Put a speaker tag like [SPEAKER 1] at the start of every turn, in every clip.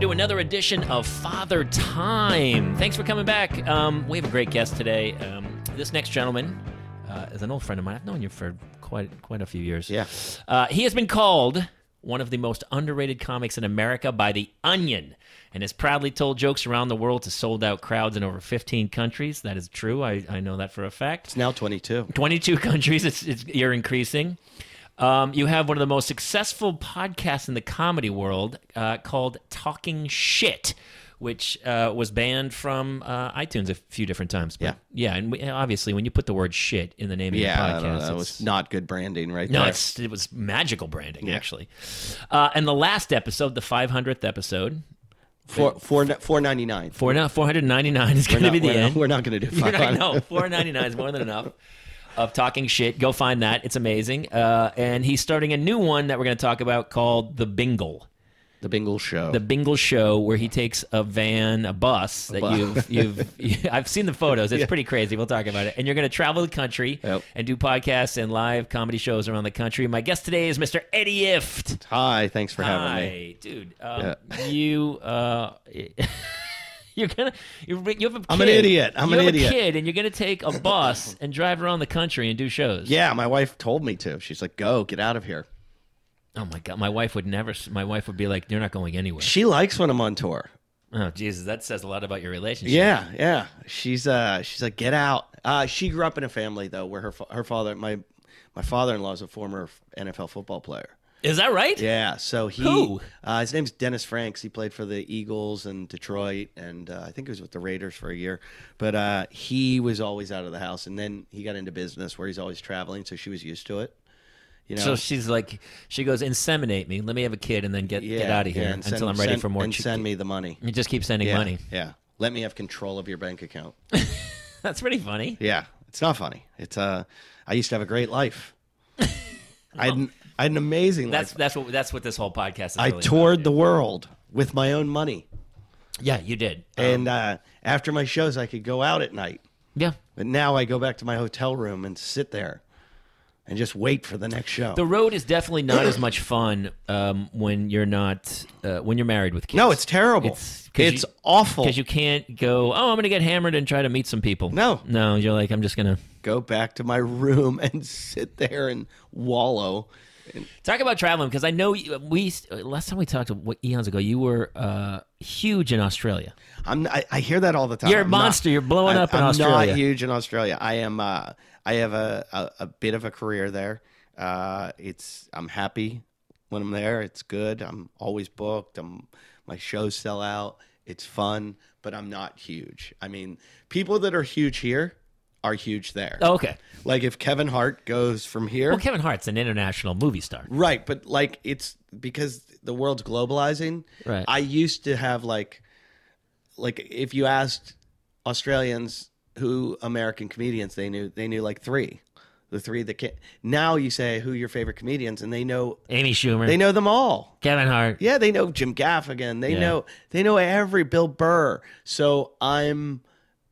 [SPEAKER 1] to another edition of Father Time. Thanks for coming back. Um, we have a great guest today. Um, this next gentleman uh, is an old friend of mine. I've known you for quite quite a few years.
[SPEAKER 2] Yeah.
[SPEAKER 1] Uh, he has been called one of the most underrated comics in America by The Onion and has proudly told jokes around the world to sold out crowds in over 15 countries. That is true. I, I know that for a fact.
[SPEAKER 2] It's now 22.
[SPEAKER 1] 22 countries. It's, it's you're increasing. Um, you have one of the most successful podcasts in the comedy world uh, called Talking Shit, which uh, was banned from uh, iTunes a few different times. But,
[SPEAKER 2] Yeah.
[SPEAKER 1] yeah, and we, and obviously when you put the word shit in the name
[SPEAKER 2] Yeah, I
[SPEAKER 1] of
[SPEAKER 2] don't
[SPEAKER 1] your
[SPEAKER 2] know,
[SPEAKER 1] podcast,
[SPEAKER 2] that
[SPEAKER 1] it's-
[SPEAKER 2] was not good branding right
[SPEAKER 1] no,
[SPEAKER 2] there.
[SPEAKER 1] it's it was magical branding actually. Uh, and the last episode, the 500th episode,
[SPEAKER 2] four, four, four ninety nine.
[SPEAKER 1] four now 499 is going to be the
[SPEAKER 2] we're
[SPEAKER 1] end.
[SPEAKER 2] Not, we're not going to do
[SPEAKER 1] You're
[SPEAKER 2] five.
[SPEAKER 1] not- no, four ninety nine is more than enough of talking shit. Go find that; it's amazing. Uh, and he's starting a new one that we're going to talk about called the Bingle,
[SPEAKER 2] The Bingle Show.
[SPEAKER 1] the Bingle Show, where he takes a van, a bus that
[SPEAKER 2] bus.
[SPEAKER 1] you've you've you, I've seen the photos. It's pretty crazy. We'll talk about it. And you're going to travel the country
[SPEAKER 2] Yep.
[SPEAKER 1] and do podcasts and live comedy shows around the country. My guest today is Mr. Eddie Ift.
[SPEAKER 2] Hi, thanks for
[SPEAKER 1] Hi,
[SPEAKER 2] having me.
[SPEAKER 1] dude. Um, You. Uh, You're gonna. You're, you have a kid.
[SPEAKER 2] I'm an idiot. I'm
[SPEAKER 1] you
[SPEAKER 2] an
[SPEAKER 1] have
[SPEAKER 2] idiot.
[SPEAKER 1] A kid, and you're gonna take a bus and drive around the country and do shows.
[SPEAKER 2] Yeah, my wife told me to. She's like, "Go, get out of here."
[SPEAKER 1] Oh my god, my wife would never. s- My wife would be like, "You're not going anywhere."
[SPEAKER 2] She likes when I'm on tour.
[SPEAKER 1] Oh Jesus, that says a lot about your relationship.
[SPEAKER 2] Yeah, yeah. She's uh, she's like, "Get out." Uh, she grew up in a family though where her fa- her father my my father in law is a former NFL football player.
[SPEAKER 1] Is that right?
[SPEAKER 2] Yeah, so he
[SPEAKER 1] Who?
[SPEAKER 2] Uh, his name's Dennis Franks. He played for the Eagles and Detroit, and uh, I think he was with the Raiders for a year. But uh, he was always out of the house, and then he got into business where he's always traveling, so she was used to it. You know,
[SPEAKER 1] So she's like, she goes, inseminate me. Let me have a kid, and then get
[SPEAKER 2] yeah,
[SPEAKER 1] get out of
[SPEAKER 2] yeah,
[SPEAKER 1] here
[SPEAKER 2] and
[SPEAKER 1] until
[SPEAKER 2] send-
[SPEAKER 1] I'm ready
[SPEAKER 2] send-
[SPEAKER 1] for more.
[SPEAKER 2] And
[SPEAKER 1] chi-
[SPEAKER 2] send me the money.
[SPEAKER 1] you just keep sending
[SPEAKER 2] Yeah,
[SPEAKER 1] money.
[SPEAKER 2] Yeah, let me have control of your bank account.
[SPEAKER 1] That's pretty funny.
[SPEAKER 2] Yeah, it's not funny. It's uh, I used to have a great life. I had an, I had an amazing
[SPEAKER 1] That's
[SPEAKER 2] life.
[SPEAKER 1] that's what that's what this whole podcast is.
[SPEAKER 2] I
[SPEAKER 1] really
[SPEAKER 2] toured
[SPEAKER 1] about,
[SPEAKER 2] the world with my own money.
[SPEAKER 1] dude. Yeah, you did.
[SPEAKER 2] And uh, after my shows, I could go out at night.
[SPEAKER 1] yeah.
[SPEAKER 2] But now I go back to my hotel room and sit there and just wait for the next show.
[SPEAKER 1] The road is definitely not as much fun um, when you're not uh, when you're married with kids.
[SPEAKER 2] no, it's terrible.
[SPEAKER 1] It's- 'cause
[SPEAKER 2] It's,
[SPEAKER 1] you-
[SPEAKER 2] awful.
[SPEAKER 1] because you can't go. Oh, I'm gonna get hammered and try to meet some people.
[SPEAKER 2] No.
[SPEAKER 1] no, you're like I'm just gonna
[SPEAKER 2] go back to my room and sit there and wallow.
[SPEAKER 1] talk about traveling because I know you, we last time we talked what, eons ago. You were uh, huge in Australia.
[SPEAKER 2] I'm, I, I hear that all the time.
[SPEAKER 1] You're a
[SPEAKER 2] I'm not-
[SPEAKER 1] monster. You're blowing
[SPEAKER 2] I'm-
[SPEAKER 1] up in
[SPEAKER 2] I'm
[SPEAKER 1] Australia.
[SPEAKER 2] not huge in Australia. I am. Uh, I have a, a, a bit of a career there. Uh, it's. I'm happy when I'm there. It's good. I'm always booked. I'm. My shows sell out. It's fun, but I'm not huge. I mean, people that are huge here are huge there.
[SPEAKER 1] Oh, okay.
[SPEAKER 2] Like if Kevin Hart goes from here,
[SPEAKER 1] Well, Kevin Hart's an international movie star.
[SPEAKER 2] Right, but like it's because the world's globalizing.
[SPEAKER 1] Right.
[SPEAKER 2] I used to have like like if you asked Australians who American comedians they knew they knew like 3. The 3 that can now you say who your favorite comedians and they know
[SPEAKER 1] Amy Schumer,
[SPEAKER 2] they know them all.
[SPEAKER 1] Kevin Hart.
[SPEAKER 2] Yeah, they know Jim Gaffigan. They
[SPEAKER 1] Yeah.
[SPEAKER 2] know they know every Bill Burr. So I'm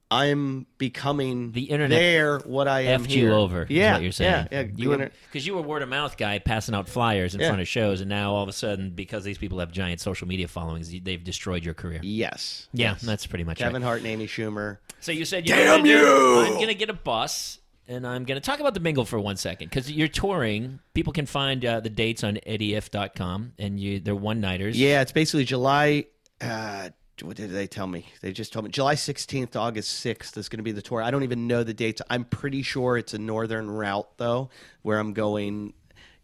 [SPEAKER 2] I'm becoming
[SPEAKER 1] The internet
[SPEAKER 2] there what I am
[SPEAKER 1] F'd
[SPEAKER 2] here.
[SPEAKER 1] you over. is
[SPEAKER 2] Yeah,
[SPEAKER 1] what you're saying.
[SPEAKER 2] Yeah, yeah.
[SPEAKER 1] You
[SPEAKER 2] the
[SPEAKER 1] were-
[SPEAKER 2] inter-
[SPEAKER 1] because you were word of mouth guy passing out flyers in
[SPEAKER 2] Yeah.
[SPEAKER 1] front of shows, and now all of a sudden, because these people have giant social media followings, you- they've destroyed your career.
[SPEAKER 2] yes.
[SPEAKER 1] Yeah,
[SPEAKER 2] yes.
[SPEAKER 1] that's pretty much
[SPEAKER 2] Kevin Hart and Amy Schumer.
[SPEAKER 1] it. So you said, you "Damn you!" I'm gonna get a bus, and I'm gonna talk about the Bingle for one second because you're touring. People can find uh, the dates on eddief.com, and you they're one nighters.
[SPEAKER 2] Yeah, it's basically July. Uh, what did they tell me? They just told me July 16th to August 6th is going to be the tour. I don't even know the dates. I'm pretty sure it's a northern route, though, where I'm going,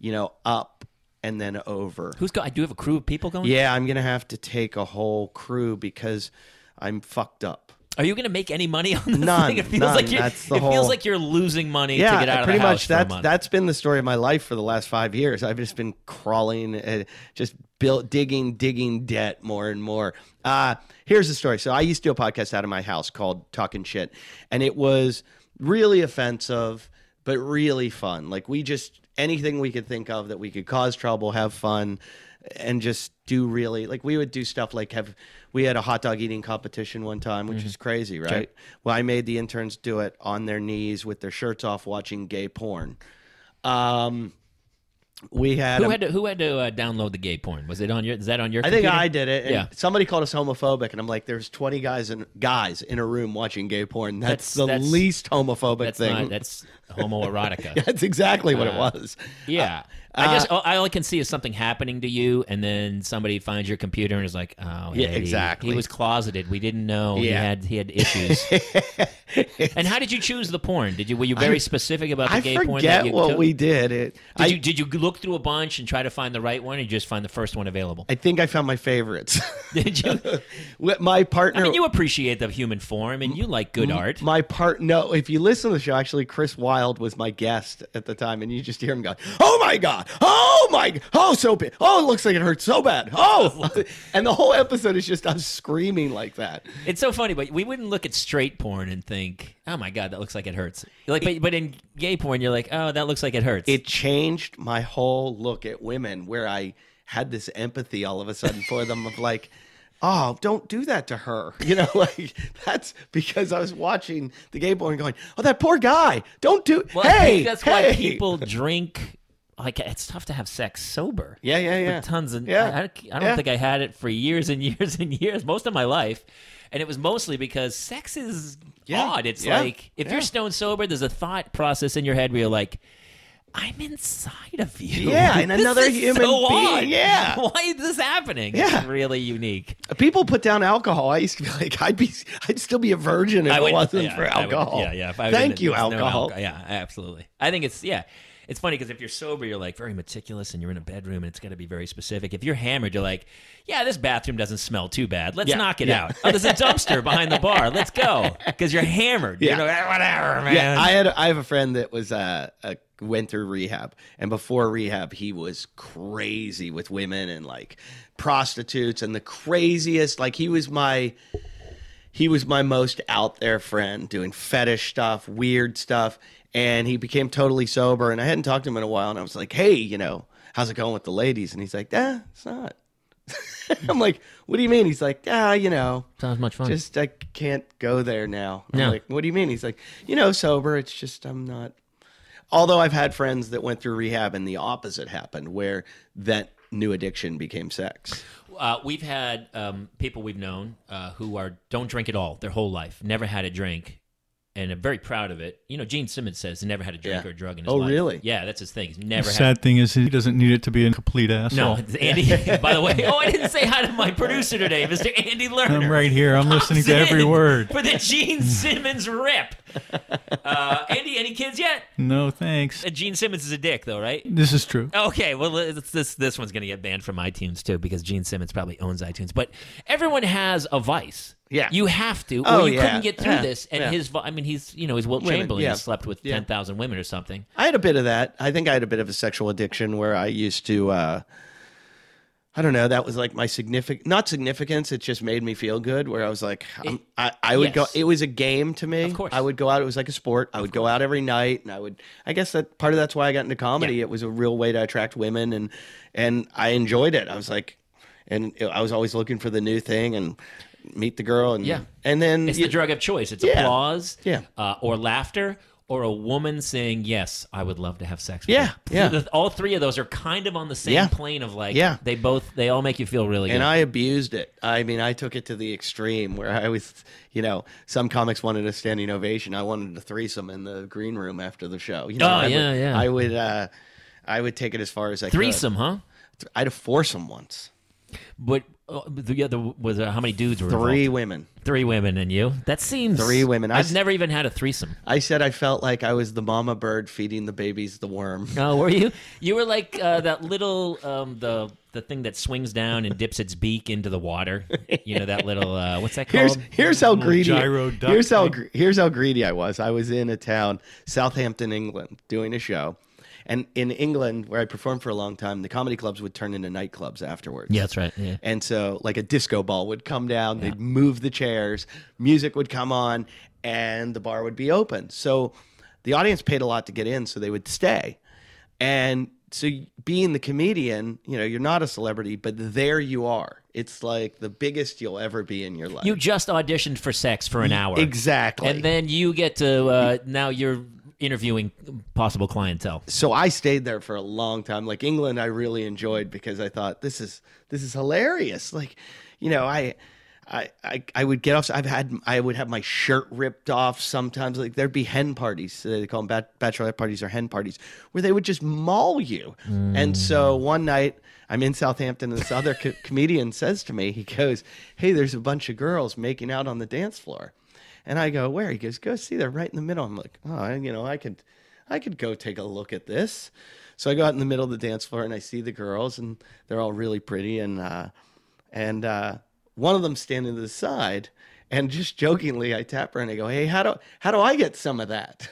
[SPEAKER 2] you know, up and then over.
[SPEAKER 1] Who's go? I do have a crew of people going.
[SPEAKER 2] Yeah, I'm going to have to take a whole crew because I'm fucked up.
[SPEAKER 1] Are you going to make any money on this
[SPEAKER 2] None,
[SPEAKER 1] thing? It feels
[SPEAKER 2] none.
[SPEAKER 1] like you're,
[SPEAKER 2] That's the
[SPEAKER 1] it feels
[SPEAKER 2] whole-
[SPEAKER 1] like you're losing money to
[SPEAKER 2] Yeah,
[SPEAKER 1] get out of
[SPEAKER 2] pretty
[SPEAKER 1] the house
[SPEAKER 2] much.
[SPEAKER 1] for a
[SPEAKER 2] That's
[SPEAKER 1] month.
[SPEAKER 2] that's been the story of my life for the last five years. I've just been crawling, uh, just built, digging, digging debt more and more. Uh, here's the story. So I used to do a podcast out of my house called Talking Shit, and it was really offensive, but really fun. Like we just anything we could think of that we could cause trouble, have fun, and just do really like we would do stuff like have we had a hot dog eating competition one time, which is crazy, right? Well, I made the interns do it on their knees with their shirts off, watching gay porn. Um, we had,
[SPEAKER 1] Who
[SPEAKER 2] a-
[SPEAKER 1] had to Who had to uh, download the gay porn? Was it on your? Is that on your?
[SPEAKER 2] I think
[SPEAKER 1] computer?
[SPEAKER 2] I did it. And
[SPEAKER 1] Yeah.
[SPEAKER 2] Somebody called us homophobic, and I'm like, "There's 20 guys in guys in a room watching gay porn.
[SPEAKER 1] That's-
[SPEAKER 2] That's, the
[SPEAKER 1] that's-
[SPEAKER 2] least homophobic
[SPEAKER 1] That's Uh,
[SPEAKER 2] thing.
[SPEAKER 1] not. That's homoerotica. yeah.
[SPEAKER 2] That's exactly what it was. Uh,
[SPEAKER 1] I just all, all I can see is something happening to you, and then somebody finds your computer and is like, "Oh,
[SPEAKER 2] Yeah,
[SPEAKER 1] hey, he-
[SPEAKER 2] exactly.
[SPEAKER 1] He was closeted. We didn't know he
[SPEAKER 2] Yeah.
[SPEAKER 1] had he had issues." and how did you choose the porn? Did you were you very specific about the
[SPEAKER 2] I
[SPEAKER 1] gay porn that
[SPEAKER 2] forget
[SPEAKER 1] you
[SPEAKER 2] what
[SPEAKER 1] took?
[SPEAKER 2] we did. It,
[SPEAKER 1] Did
[SPEAKER 2] I,
[SPEAKER 1] you did you look through a bunch and try to find the right one, or you just find the first one available?
[SPEAKER 2] I think I found my favorites.
[SPEAKER 1] Did you?
[SPEAKER 2] With my partner.
[SPEAKER 1] I mean, you appreciate the human form, and you like good art.
[SPEAKER 2] my part no if you listen to the show actually chris wilde was my guest at the time and you just hear him go oh my god oh my oh so bad oh it looks like it hurts so bad oh and the whole episode is just us screaming like that
[SPEAKER 1] It's so funny, but we wouldn't look at straight porn and think, "Oh my god, that looks like it hurts." Like, but, but in gay porn, you're like, "Oh, that looks like it hurts."
[SPEAKER 2] it changed my whole look at women where i had this empathy all of a sudden for them of like oh don't do that to her you know like that's because i was watching the gay boy and going oh that poor guy don't do
[SPEAKER 1] well, I
[SPEAKER 2] hey
[SPEAKER 1] think that's why
[SPEAKER 2] hey."
[SPEAKER 1] people drink. Like, it's tough to have sex sober.
[SPEAKER 2] yeah yeah yeah
[SPEAKER 1] tons of
[SPEAKER 2] Yeah.
[SPEAKER 1] I, I don't- I don't
[SPEAKER 2] Yeah.
[SPEAKER 1] think I had it for years and years and years, most of my life, and it was mostly because sex is
[SPEAKER 2] Yeah.
[SPEAKER 1] odd. It's
[SPEAKER 2] Yeah.
[SPEAKER 1] like if
[SPEAKER 2] Yeah.
[SPEAKER 1] you're stone sober, there's a thought process in your head where you're like, "I'm inside of you."
[SPEAKER 2] Yeah, and
[SPEAKER 1] This
[SPEAKER 2] another
[SPEAKER 1] is
[SPEAKER 2] human
[SPEAKER 1] so
[SPEAKER 2] being.
[SPEAKER 1] odd.
[SPEAKER 2] Yeah.
[SPEAKER 1] why is this happening?
[SPEAKER 2] Yeah.
[SPEAKER 1] it's really unique.
[SPEAKER 2] Uh, People put down alcohol. I used to be like, I'd be, I'd still be a virgin if it
[SPEAKER 1] would-
[SPEAKER 2] wasn't
[SPEAKER 1] yeah,
[SPEAKER 2] for
[SPEAKER 1] I would-
[SPEAKER 2] alcohol.
[SPEAKER 1] yeah, yeah. if I was in
[SPEAKER 2] Thank
[SPEAKER 1] it,
[SPEAKER 2] you,
[SPEAKER 1] there was no
[SPEAKER 2] alcohol.
[SPEAKER 1] alco- yeah, absolutely. I think it's yeah. It's funny because if you're sober, you're like very meticulous, and you're in a bedroom, and it's got to be very specific. If you're hammered, you're like, yeah, this bathroom doesn't smell too bad. Let's
[SPEAKER 2] Yeah,
[SPEAKER 1] knock it
[SPEAKER 2] yeah.
[SPEAKER 1] out. Oh, there's a dumpster behind the bar. Let's go because you're hammered.
[SPEAKER 2] Yeah.
[SPEAKER 1] You know, "Ah, whatever, man.
[SPEAKER 2] Yeah, I had, I have a friend that was uh, uh, went through rehab, and before rehab, he was crazy with women and like prostitutes and the craziest. Like he was my, he was my most out there friend, doing fetish stuff, weird stuff, and he became totally sober. And I hadn't talked to him in a while, and I was like, hey, you know, how's it going with the ladies? And he's like, eh, it's not. I'm like, what do you mean? He's like, ah, you know,
[SPEAKER 1] sounds much fun.
[SPEAKER 2] just I can't go there now. I'm
[SPEAKER 1] No.
[SPEAKER 2] like, what do you mean? He's like, you know, sober. It's just I'm not. Although I've had friends that went through rehab and the opposite happened, where that new addiction became sex.
[SPEAKER 1] uh, we've had um, people we've known uh, who are don't drink at all their whole life, never had a drink, and are very proud of it. You know, Gene Simmons says he never had a drink
[SPEAKER 2] Yeah.
[SPEAKER 1] or a drug in his
[SPEAKER 2] Oh,
[SPEAKER 1] life.
[SPEAKER 2] really?
[SPEAKER 1] Yeah, that's his thing. He's never had
[SPEAKER 3] Sad thing is he doesn't need it to be a complete asshole.
[SPEAKER 1] No, it's Andy. by the way, oh, I didn't say hi to my producer today, Mr. Andy Lerner.
[SPEAKER 3] I'm right here. I'm listening to
[SPEAKER 1] Pops
[SPEAKER 3] every
[SPEAKER 1] in
[SPEAKER 3] word.
[SPEAKER 1] for the Gene Simmons rip. Uh, Andy, any kids yet?
[SPEAKER 3] No, thanks.
[SPEAKER 1] Uh, Gene Simmons is a dick, though, right?
[SPEAKER 3] This is true.
[SPEAKER 1] Okay, well, it's, this this one's gonna get banned from iTunes too because Gene Simmons probably owns iTunes. But everyone has a vice.
[SPEAKER 2] Yeah.
[SPEAKER 1] you have to.
[SPEAKER 2] Oh,
[SPEAKER 1] or you
[SPEAKER 2] yeah.
[SPEAKER 1] couldn't get through
[SPEAKER 2] Yeah,
[SPEAKER 1] this, and
[SPEAKER 2] yeah.
[SPEAKER 1] his. vi- I mean, he's you know he's Wilt
[SPEAKER 2] Women,
[SPEAKER 1] Chamberlain.
[SPEAKER 2] yeah.
[SPEAKER 1] He slept with
[SPEAKER 2] Yeah.
[SPEAKER 1] ten thousand women or something.
[SPEAKER 2] I had a bit of that. I think I had a bit of a sexual addiction where I used to. Uh, I don't know. That was like my significant, not significance. It just made me feel good. Where I was like, I'm, I, I
[SPEAKER 1] yes.
[SPEAKER 2] would go. It was a game to me. Of
[SPEAKER 1] course.
[SPEAKER 2] I would go out. It was like a sport. I would go out every night, and I would. I guess that part of that's why I got into comedy. It was a real way to attract women, and and I enjoyed it. I was like, and I was always looking for the new thing and meet the girl, and
[SPEAKER 1] Yeah.
[SPEAKER 2] and then
[SPEAKER 1] It's
[SPEAKER 2] you-
[SPEAKER 1] the drug of choice. It's
[SPEAKER 2] Yeah.
[SPEAKER 1] applause,
[SPEAKER 2] Yeah.
[SPEAKER 1] uh, or laughter, or a woman saying, "Yes, I would love to have sex." with
[SPEAKER 2] Yeah,
[SPEAKER 1] you."
[SPEAKER 2] yeah.
[SPEAKER 1] The- All three of those are kind of on the same
[SPEAKER 2] Yeah.
[SPEAKER 1] plane of like,
[SPEAKER 2] Yeah.
[SPEAKER 1] they both they all make you feel really
[SPEAKER 2] and
[SPEAKER 1] good.
[SPEAKER 2] I abused it. I mean, I took it to the extreme where I was, you know, some comics wanted a standing ovation. I wanted a threesome in the green room after the show. You know,
[SPEAKER 1] Oh,
[SPEAKER 2] I
[SPEAKER 1] yeah,
[SPEAKER 2] would,
[SPEAKER 1] yeah.
[SPEAKER 2] I would, uh, I would take it as far as I
[SPEAKER 1] Threesome, huh?
[SPEAKER 2] could. I had a foursome once.
[SPEAKER 1] But uh, the other was uh, how many dudes were
[SPEAKER 2] Three
[SPEAKER 1] involved?
[SPEAKER 2] women.
[SPEAKER 1] Three women and you. That seems
[SPEAKER 2] Three women. I
[SPEAKER 1] I've
[SPEAKER 2] s-
[SPEAKER 1] never even had a threesome.
[SPEAKER 2] I said I felt like I was the mama bird feeding the babies the worm.
[SPEAKER 1] Oh, were you? You were like uh, that little um, the the thing that swings down and dips its beak into the water. You know that little uh, what's that
[SPEAKER 2] Here's
[SPEAKER 1] called?
[SPEAKER 2] here's how greedy.
[SPEAKER 3] gyro duck
[SPEAKER 2] Here's how
[SPEAKER 3] thing.
[SPEAKER 2] gr- here's how greedy I was. I was in a town, Southampton, England, doing a show, and in England, where I performed for a long time, the comedy clubs would turn into nightclubs afterwards.
[SPEAKER 1] yeah, that's right. Yeah.
[SPEAKER 2] And so, like a disco ball would come down, they'd move the chairs, music would come on, and the bar would be open. So, the audience paid a lot to get in, so they would stay. And so, being the comedian, you know, you're not a celebrity, but there you are. It's like the biggest you'll ever be in your life.
[SPEAKER 1] You just auditioned for sex for an hour.
[SPEAKER 2] exactly.
[SPEAKER 1] And then you get to uh, now you're interviewing possible clientele.
[SPEAKER 2] so I stayed there for a long time. Like England, I really enjoyed because I thought this is this is hilarious. Like, you know, I. I, I, I would get off. I've had I would have my shirt ripped off sometimes. Like there'd be hen parties. They call them bat, bachelorette parties or hen parties, where they would just maul you. And so one night I'm in Southampton, and this other co- comedian says to me, he goes, "Hey, there's a bunch of girls making out on the dance floor," and I go, "Where?" He goes, "Go see them right in the middle." I'm like, "Oh, I- you know, I could." I could go take a look at this. So I go out in the middle of the dance floor and I see the girls and they're all really pretty and uh, and uh, one of them standing to the side and just jokingly I tap her and I go, "Hey, how do how do I get some of that?"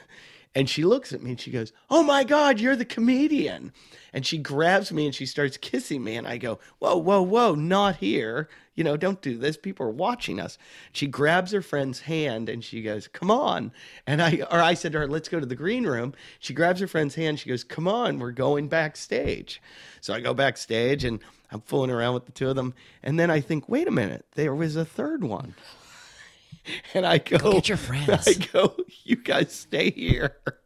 [SPEAKER 2] And she looks at me and she goes, "Oh my God, you're the comedian!" And she grabs me and she starts kissing me and I go, "Whoa, whoa, whoa, not here! You know, don't do this. People are watching us." She grabs her friend's hand and she goes, "Come on!" And I or I said to her, "Let's go to the green room." She grabs her friend's hand. She goes, "Come on, we're going backstage." So I go backstage and I'm fooling around with the two of them, and then I think, "Wait a minute, there was a third one." And I go,
[SPEAKER 1] Get your friends.
[SPEAKER 2] I go, you guys stay here.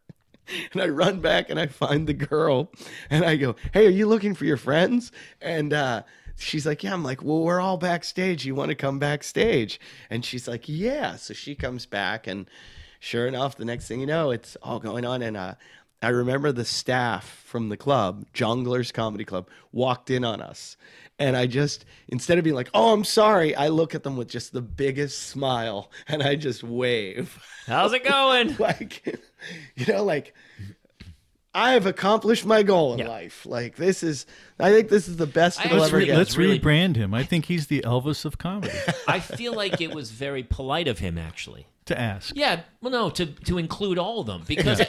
[SPEAKER 2] And I run back and I find the girl and I go, hey, are you looking for your friends? And uh, she's like, yeah. I'm like, well, we're all backstage. You want to come backstage? And she's like, yeah. So she comes back and sure enough, the next thing you know, it's all going on. And uh, I remember the staff from the club, Jonglers Comedy Club, walked in on us. And I just, instead of being like, oh, I'm sorry, I look at them with just the biggest smile and I just wave.
[SPEAKER 1] How's it going?
[SPEAKER 2] like, you know, like, I have accomplished my goal in
[SPEAKER 1] Yeah.
[SPEAKER 2] life. Like, this is, I think this is the best
[SPEAKER 1] I
[SPEAKER 2] it'll
[SPEAKER 1] was
[SPEAKER 2] ever
[SPEAKER 1] re-
[SPEAKER 2] get.
[SPEAKER 3] Let's
[SPEAKER 1] it's really-
[SPEAKER 3] rebrand him. I think he's the Elvis of comedy
[SPEAKER 1] I feel like it was very polite of him, actually.
[SPEAKER 3] to ask.
[SPEAKER 1] Yeah, well, no, to to include all of them because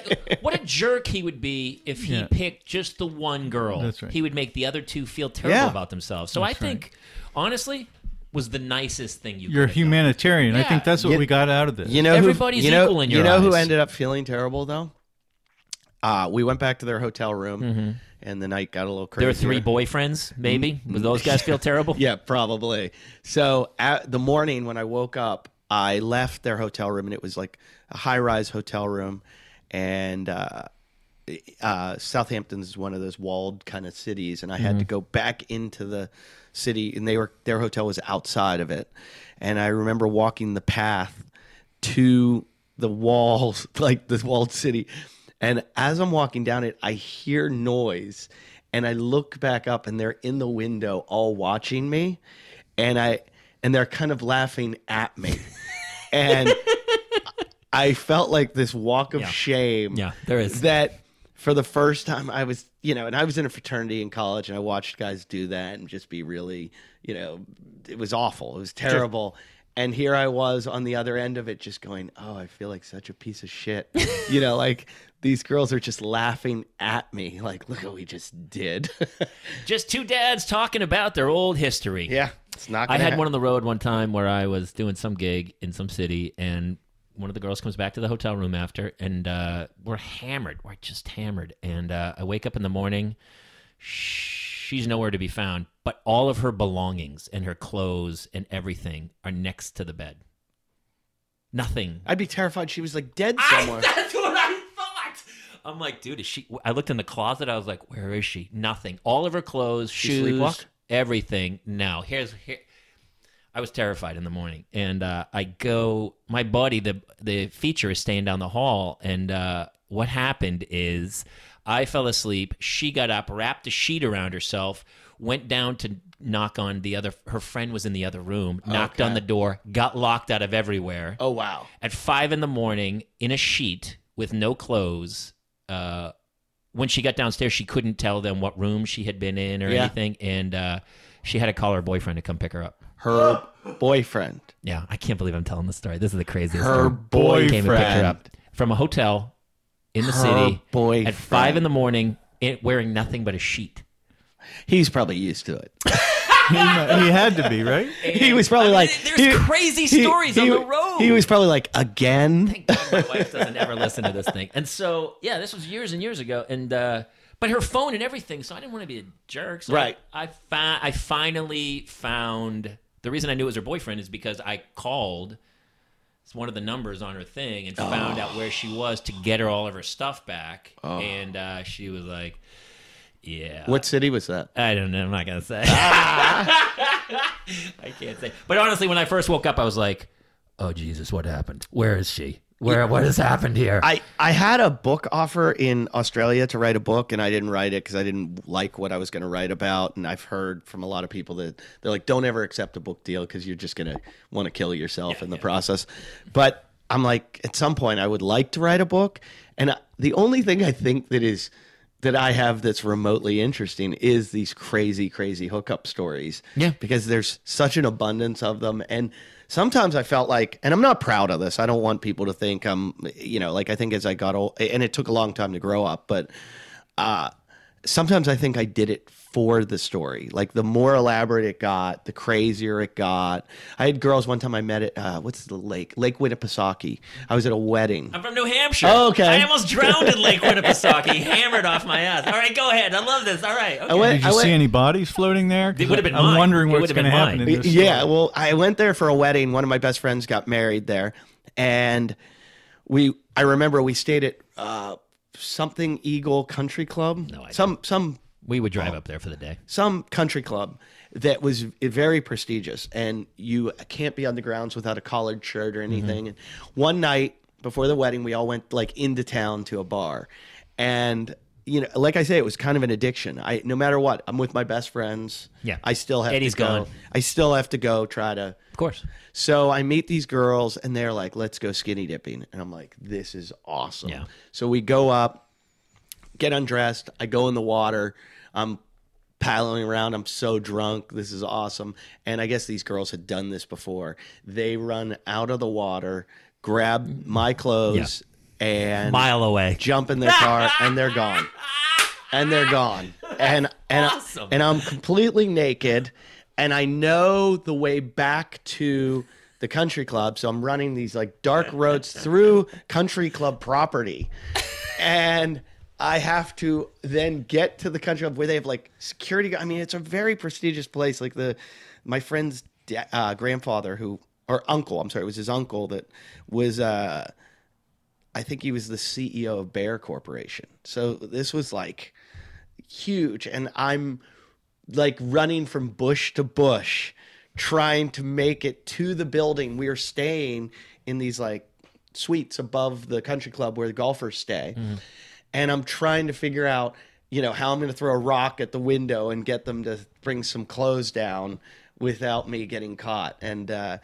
[SPEAKER 1] what a jerk he would be if he
[SPEAKER 3] Yeah.
[SPEAKER 1] picked just the one girl.
[SPEAKER 3] That's right.
[SPEAKER 1] He would make the other two feel terrible
[SPEAKER 2] Yeah.
[SPEAKER 1] about themselves. So I
[SPEAKER 3] right.
[SPEAKER 1] think, honestly, was the nicest thing you.
[SPEAKER 3] You're a
[SPEAKER 1] could have done.
[SPEAKER 3] humanitarian. I
[SPEAKER 1] Yeah.
[SPEAKER 3] think that's what
[SPEAKER 2] You-
[SPEAKER 3] we got out of this.
[SPEAKER 2] You know,
[SPEAKER 1] Everybody's
[SPEAKER 2] who, you know,
[SPEAKER 1] equal in your
[SPEAKER 2] You know who
[SPEAKER 1] eyes.
[SPEAKER 2] ended up feeling terrible though? Uh, we went back to their hotel room, and the night got a little
[SPEAKER 1] Mm-hmm.
[SPEAKER 2] crazy.
[SPEAKER 1] There are three boyfriends, maybe.
[SPEAKER 3] Mm-hmm.
[SPEAKER 1] Would those guys feel terrible?
[SPEAKER 2] Yeah, probably. So at the morning when I woke up, I left their hotel room, and it was like a high-rise hotel room, and uh, uh, Southampton is one of those walled kind of cities, and I
[SPEAKER 1] Mm-hmm.
[SPEAKER 2] had to go back into the city, and they were their hotel was outside of it, and I remember walking the path to the walls, like this walled city, and as I'm walking down it, I hear noise, and I look back up, and they're in the window, all watching me, and I and they're kind of laughing at me, and. I felt like this walk of
[SPEAKER 1] Yeah.
[SPEAKER 2] shame
[SPEAKER 1] Yeah, there is.
[SPEAKER 2] that for the first time I was, you know, and I was in a fraternity in college and I watched guys do that and just be really, you know, it was awful. It was terrible. And here I was on the other end of it just going, "Oh, I feel like such a piece of shit." you know, like these girls are just laughing at me like, "Look what we just did."
[SPEAKER 1] Just two dads talking about their old history.
[SPEAKER 2] yeah. It's not
[SPEAKER 1] I
[SPEAKER 2] gonna
[SPEAKER 1] had
[SPEAKER 2] hap-
[SPEAKER 1] one on the road one time where I was doing some gig in some city, and one of the girls comes back to the hotel room after, and uh, we're hammered. We're just hammered. And uh, I wake up in the morning. She's nowhere to be found, but all of her belongings and her clothes and everything are next to the bed. Nothing.
[SPEAKER 2] I'd be terrified she was like dead
[SPEAKER 1] I,
[SPEAKER 2] somewhere.
[SPEAKER 1] that's what I thought. I'm like, dude, is she? I looked in the closet. I was like, where is she? Nothing. All of her clothes,
[SPEAKER 2] She
[SPEAKER 1] shoes,
[SPEAKER 2] sleepwalk?
[SPEAKER 1] everything. No. Here's here. I was terrified in the morning, and uh, I go. My buddy, the the feature, is staying down the hall, and uh, what happened is, I fell asleep. She got up, wrapped a sheet around herself, went down to knock on the other. Her friend was in the other room, knocked on
[SPEAKER 2] Okay.
[SPEAKER 1] the door, got locked out of everywhere
[SPEAKER 2] oh wow.
[SPEAKER 1] at five in the morning in a sheet with no clothes. Uh, when she got downstairs, she couldn't tell them what room she had been in or
[SPEAKER 2] Yeah.
[SPEAKER 1] anything, and uh, she had to call her boyfriend to come pick her up.
[SPEAKER 2] Her boyfriend.
[SPEAKER 1] Yeah, I can't believe I'm telling this story. This is the craziest.
[SPEAKER 2] Her
[SPEAKER 1] story. Boy came and picked her
[SPEAKER 2] boyfriend.
[SPEAKER 1] up from a hotel in the
[SPEAKER 2] Her
[SPEAKER 1] city at
[SPEAKER 2] boyfriend.
[SPEAKER 1] five in the morning, it, wearing nothing but a sheet.
[SPEAKER 2] He's probably used to it.
[SPEAKER 3] he, he had to be right.
[SPEAKER 2] he was probably
[SPEAKER 1] I mean,
[SPEAKER 2] like
[SPEAKER 1] there's crazy stories on the road.
[SPEAKER 2] He was probably like again.
[SPEAKER 1] Thank God my wife doesn't ever listen to this thing. And so, yeah, this was years and years ago. And uh, but her phone and everything, so I didn't want to be a jerk. So
[SPEAKER 2] Right.
[SPEAKER 1] I I, fi- I finally found the reason I knew it was her boyfriend is because I called one of the numbers on her thing and found out where she was to get her all of her stuff back. And uh, she was like, "Yeah,
[SPEAKER 2] What city was that?
[SPEAKER 1] I don't know. I'm not gonna say. Ah. I can't say. But honestly, when I first woke up, I was like, "Oh Jesus, what happened? Where is she? Where? What has happened here?"
[SPEAKER 2] I, I had a book offer in Australia to write a book, and I didn't write it because I didn't like what I was going to write about. And I've heard from a lot of people that they're like, don't ever accept a book deal because you're just going to want to kill yourself in the process. But I'm like, at some point, I would like to write a book. And I, the only thing I think that is that I have that's remotely interesting is these crazy, crazy hookup stories.
[SPEAKER 1] Yeah.
[SPEAKER 2] Because there's such an abundance of them. And sometimes I felt like, and I'm not proud of this. I don't want people to think I'm, you know, like I think as I got old, and it took a long time to grow up, but uh, sometimes I think I did it for the story. Like the more elaborate it got, the crazier it got. I had girls one time I met at, uh, what's the lake? Lake Winnipesaukee. I was at a wedding.
[SPEAKER 1] I'm from New Hampshire.
[SPEAKER 2] Oh, okay.
[SPEAKER 1] I almost drowned in Lake Winnipesaukee, hammered off my ass. All right, go ahead. I love this. All right. Okay.
[SPEAKER 2] I went-
[SPEAKER 3] Did you see any bodies floating there? 'Cause
[SPEAKER 1] It would've been
[SPEAKER 3] I'm
[SPEAKER 1] mine.
[SPEAKER 3] wondering
[SPEAKER 1] It
[SPEAKER 3] what's
[SPEAKER 1] would've
[SPEAKER 3] going to
[SPEAKER 1] been
[SPEAKER 3] happen in
[SPEAKER 1] mine.
[SPEAKER 3] this.
[SPEAKER 2] yeah well i went there for a wedding one of my best friends got married there and we i remember we stayed at uh, something eagle country club no,
[SPEAKER 1] idea.
[SPEAKER 2] some some
[SPEAKER 1] we would drive up there for the day.
[SPEAKER 2] some country club that was very prestigious and you can't be on the grounds without a collared shirt or
[SPEAKER 1] Mm-hmm.
[SPEAKER 2] anything and one night before the wedding we all went like into town to a bar and you know like i say it was kind of an addiction i no matter what i'm with my best friends
[SPEAKER 1] Yeah.
[SPEAKER 2] i still have
[SPEAKER 1] Eddie's
[SPEAKER 2] to go
[SPEAKER 1] gone.
[SPEAKER 2] i still have to go try to
[SPEAKER 1] Of course.
[SPEAKER 2] so I meet these girls and they're like, let's go skinny dipping. And I'm like, this is awesome.
[SPEAKER 1] Yeah.
[SPEAKER 2] So we go up, get undressed. I go in the water. I'm paddling around. I'm so drunk. This is awesome. And I guess these girls had done this before. They run out of the water, grab my clothes, and
[SPEAKER 1] Mile away.
[SPEAKER 2] jump in their car and they're gone and they're gone and and
[SPEAKER 1] Awesome.
[SPEAKER 2] and I'm completely naked and I know the way back to the country club so I'm running these like dark roads through country club property and I have to then get to the country club where they have like security gu- I mean it's a very prestigious place like the my friend's da- uh, grandfather who or uncle I'm sorry it was his uncle that was uh I think he was the CEO of Bear Corporation. So this was like huge. And I'm like running from bush to bush, trying to make it to the building. We are staying in these like suites above the country club where the golfers stay. And I'm trying to figure out, you know, how I'm going to throw a rock at the window and get them to bring some clothes down without me getting caught. And, uh,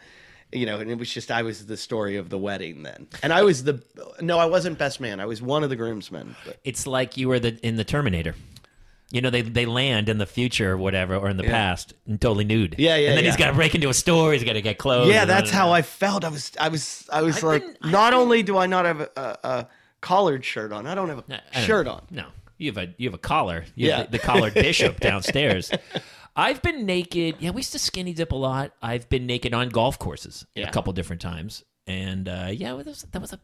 [SPEAKER 2] you know, and it was just I was the story of the wedding then, and I was the no, I wasn't best man. I was one of the groomsmen. But
[SPEAKER 1] It's like you were the in the Terminator. You know, they they land in the future or whatever, or in the past, and totally nude.
[SPEAKER 2] Yeah, yeah,
[SPEAKER 1] And then
[SPEAKER 2] yeah.
[SPEAKER 1] he's got to break into a store. He's got to get clothes.
[SPEAKER 2] Yeah,
[SPEAKER 1] and
[SPEAKER 2] that's
[SPEAKER 1] da-
[SPEAKER 2] how I felt. I was, I was, I was like,
[SPEAKER 1] been-
[SPEAKER 2] not only do I not have a, a, a collared shirt on, I don't have a
[SPEAKER 1] I don't-
[SPEAKER 2] shirt on.
[SPEAKER 1] No, you have a you have a collar. You have
[SPEAKER 2] Yeah.
[SPEAKER 1] the, the collared bishop downstairs. I've been naked. Yeah, we used to skinny dip a lot. I've been naked on golf courses
[SPEAKER 2] Yeah.
[SPEAKER 1] a couple different times, and uh, yeah, well, that was, that was a.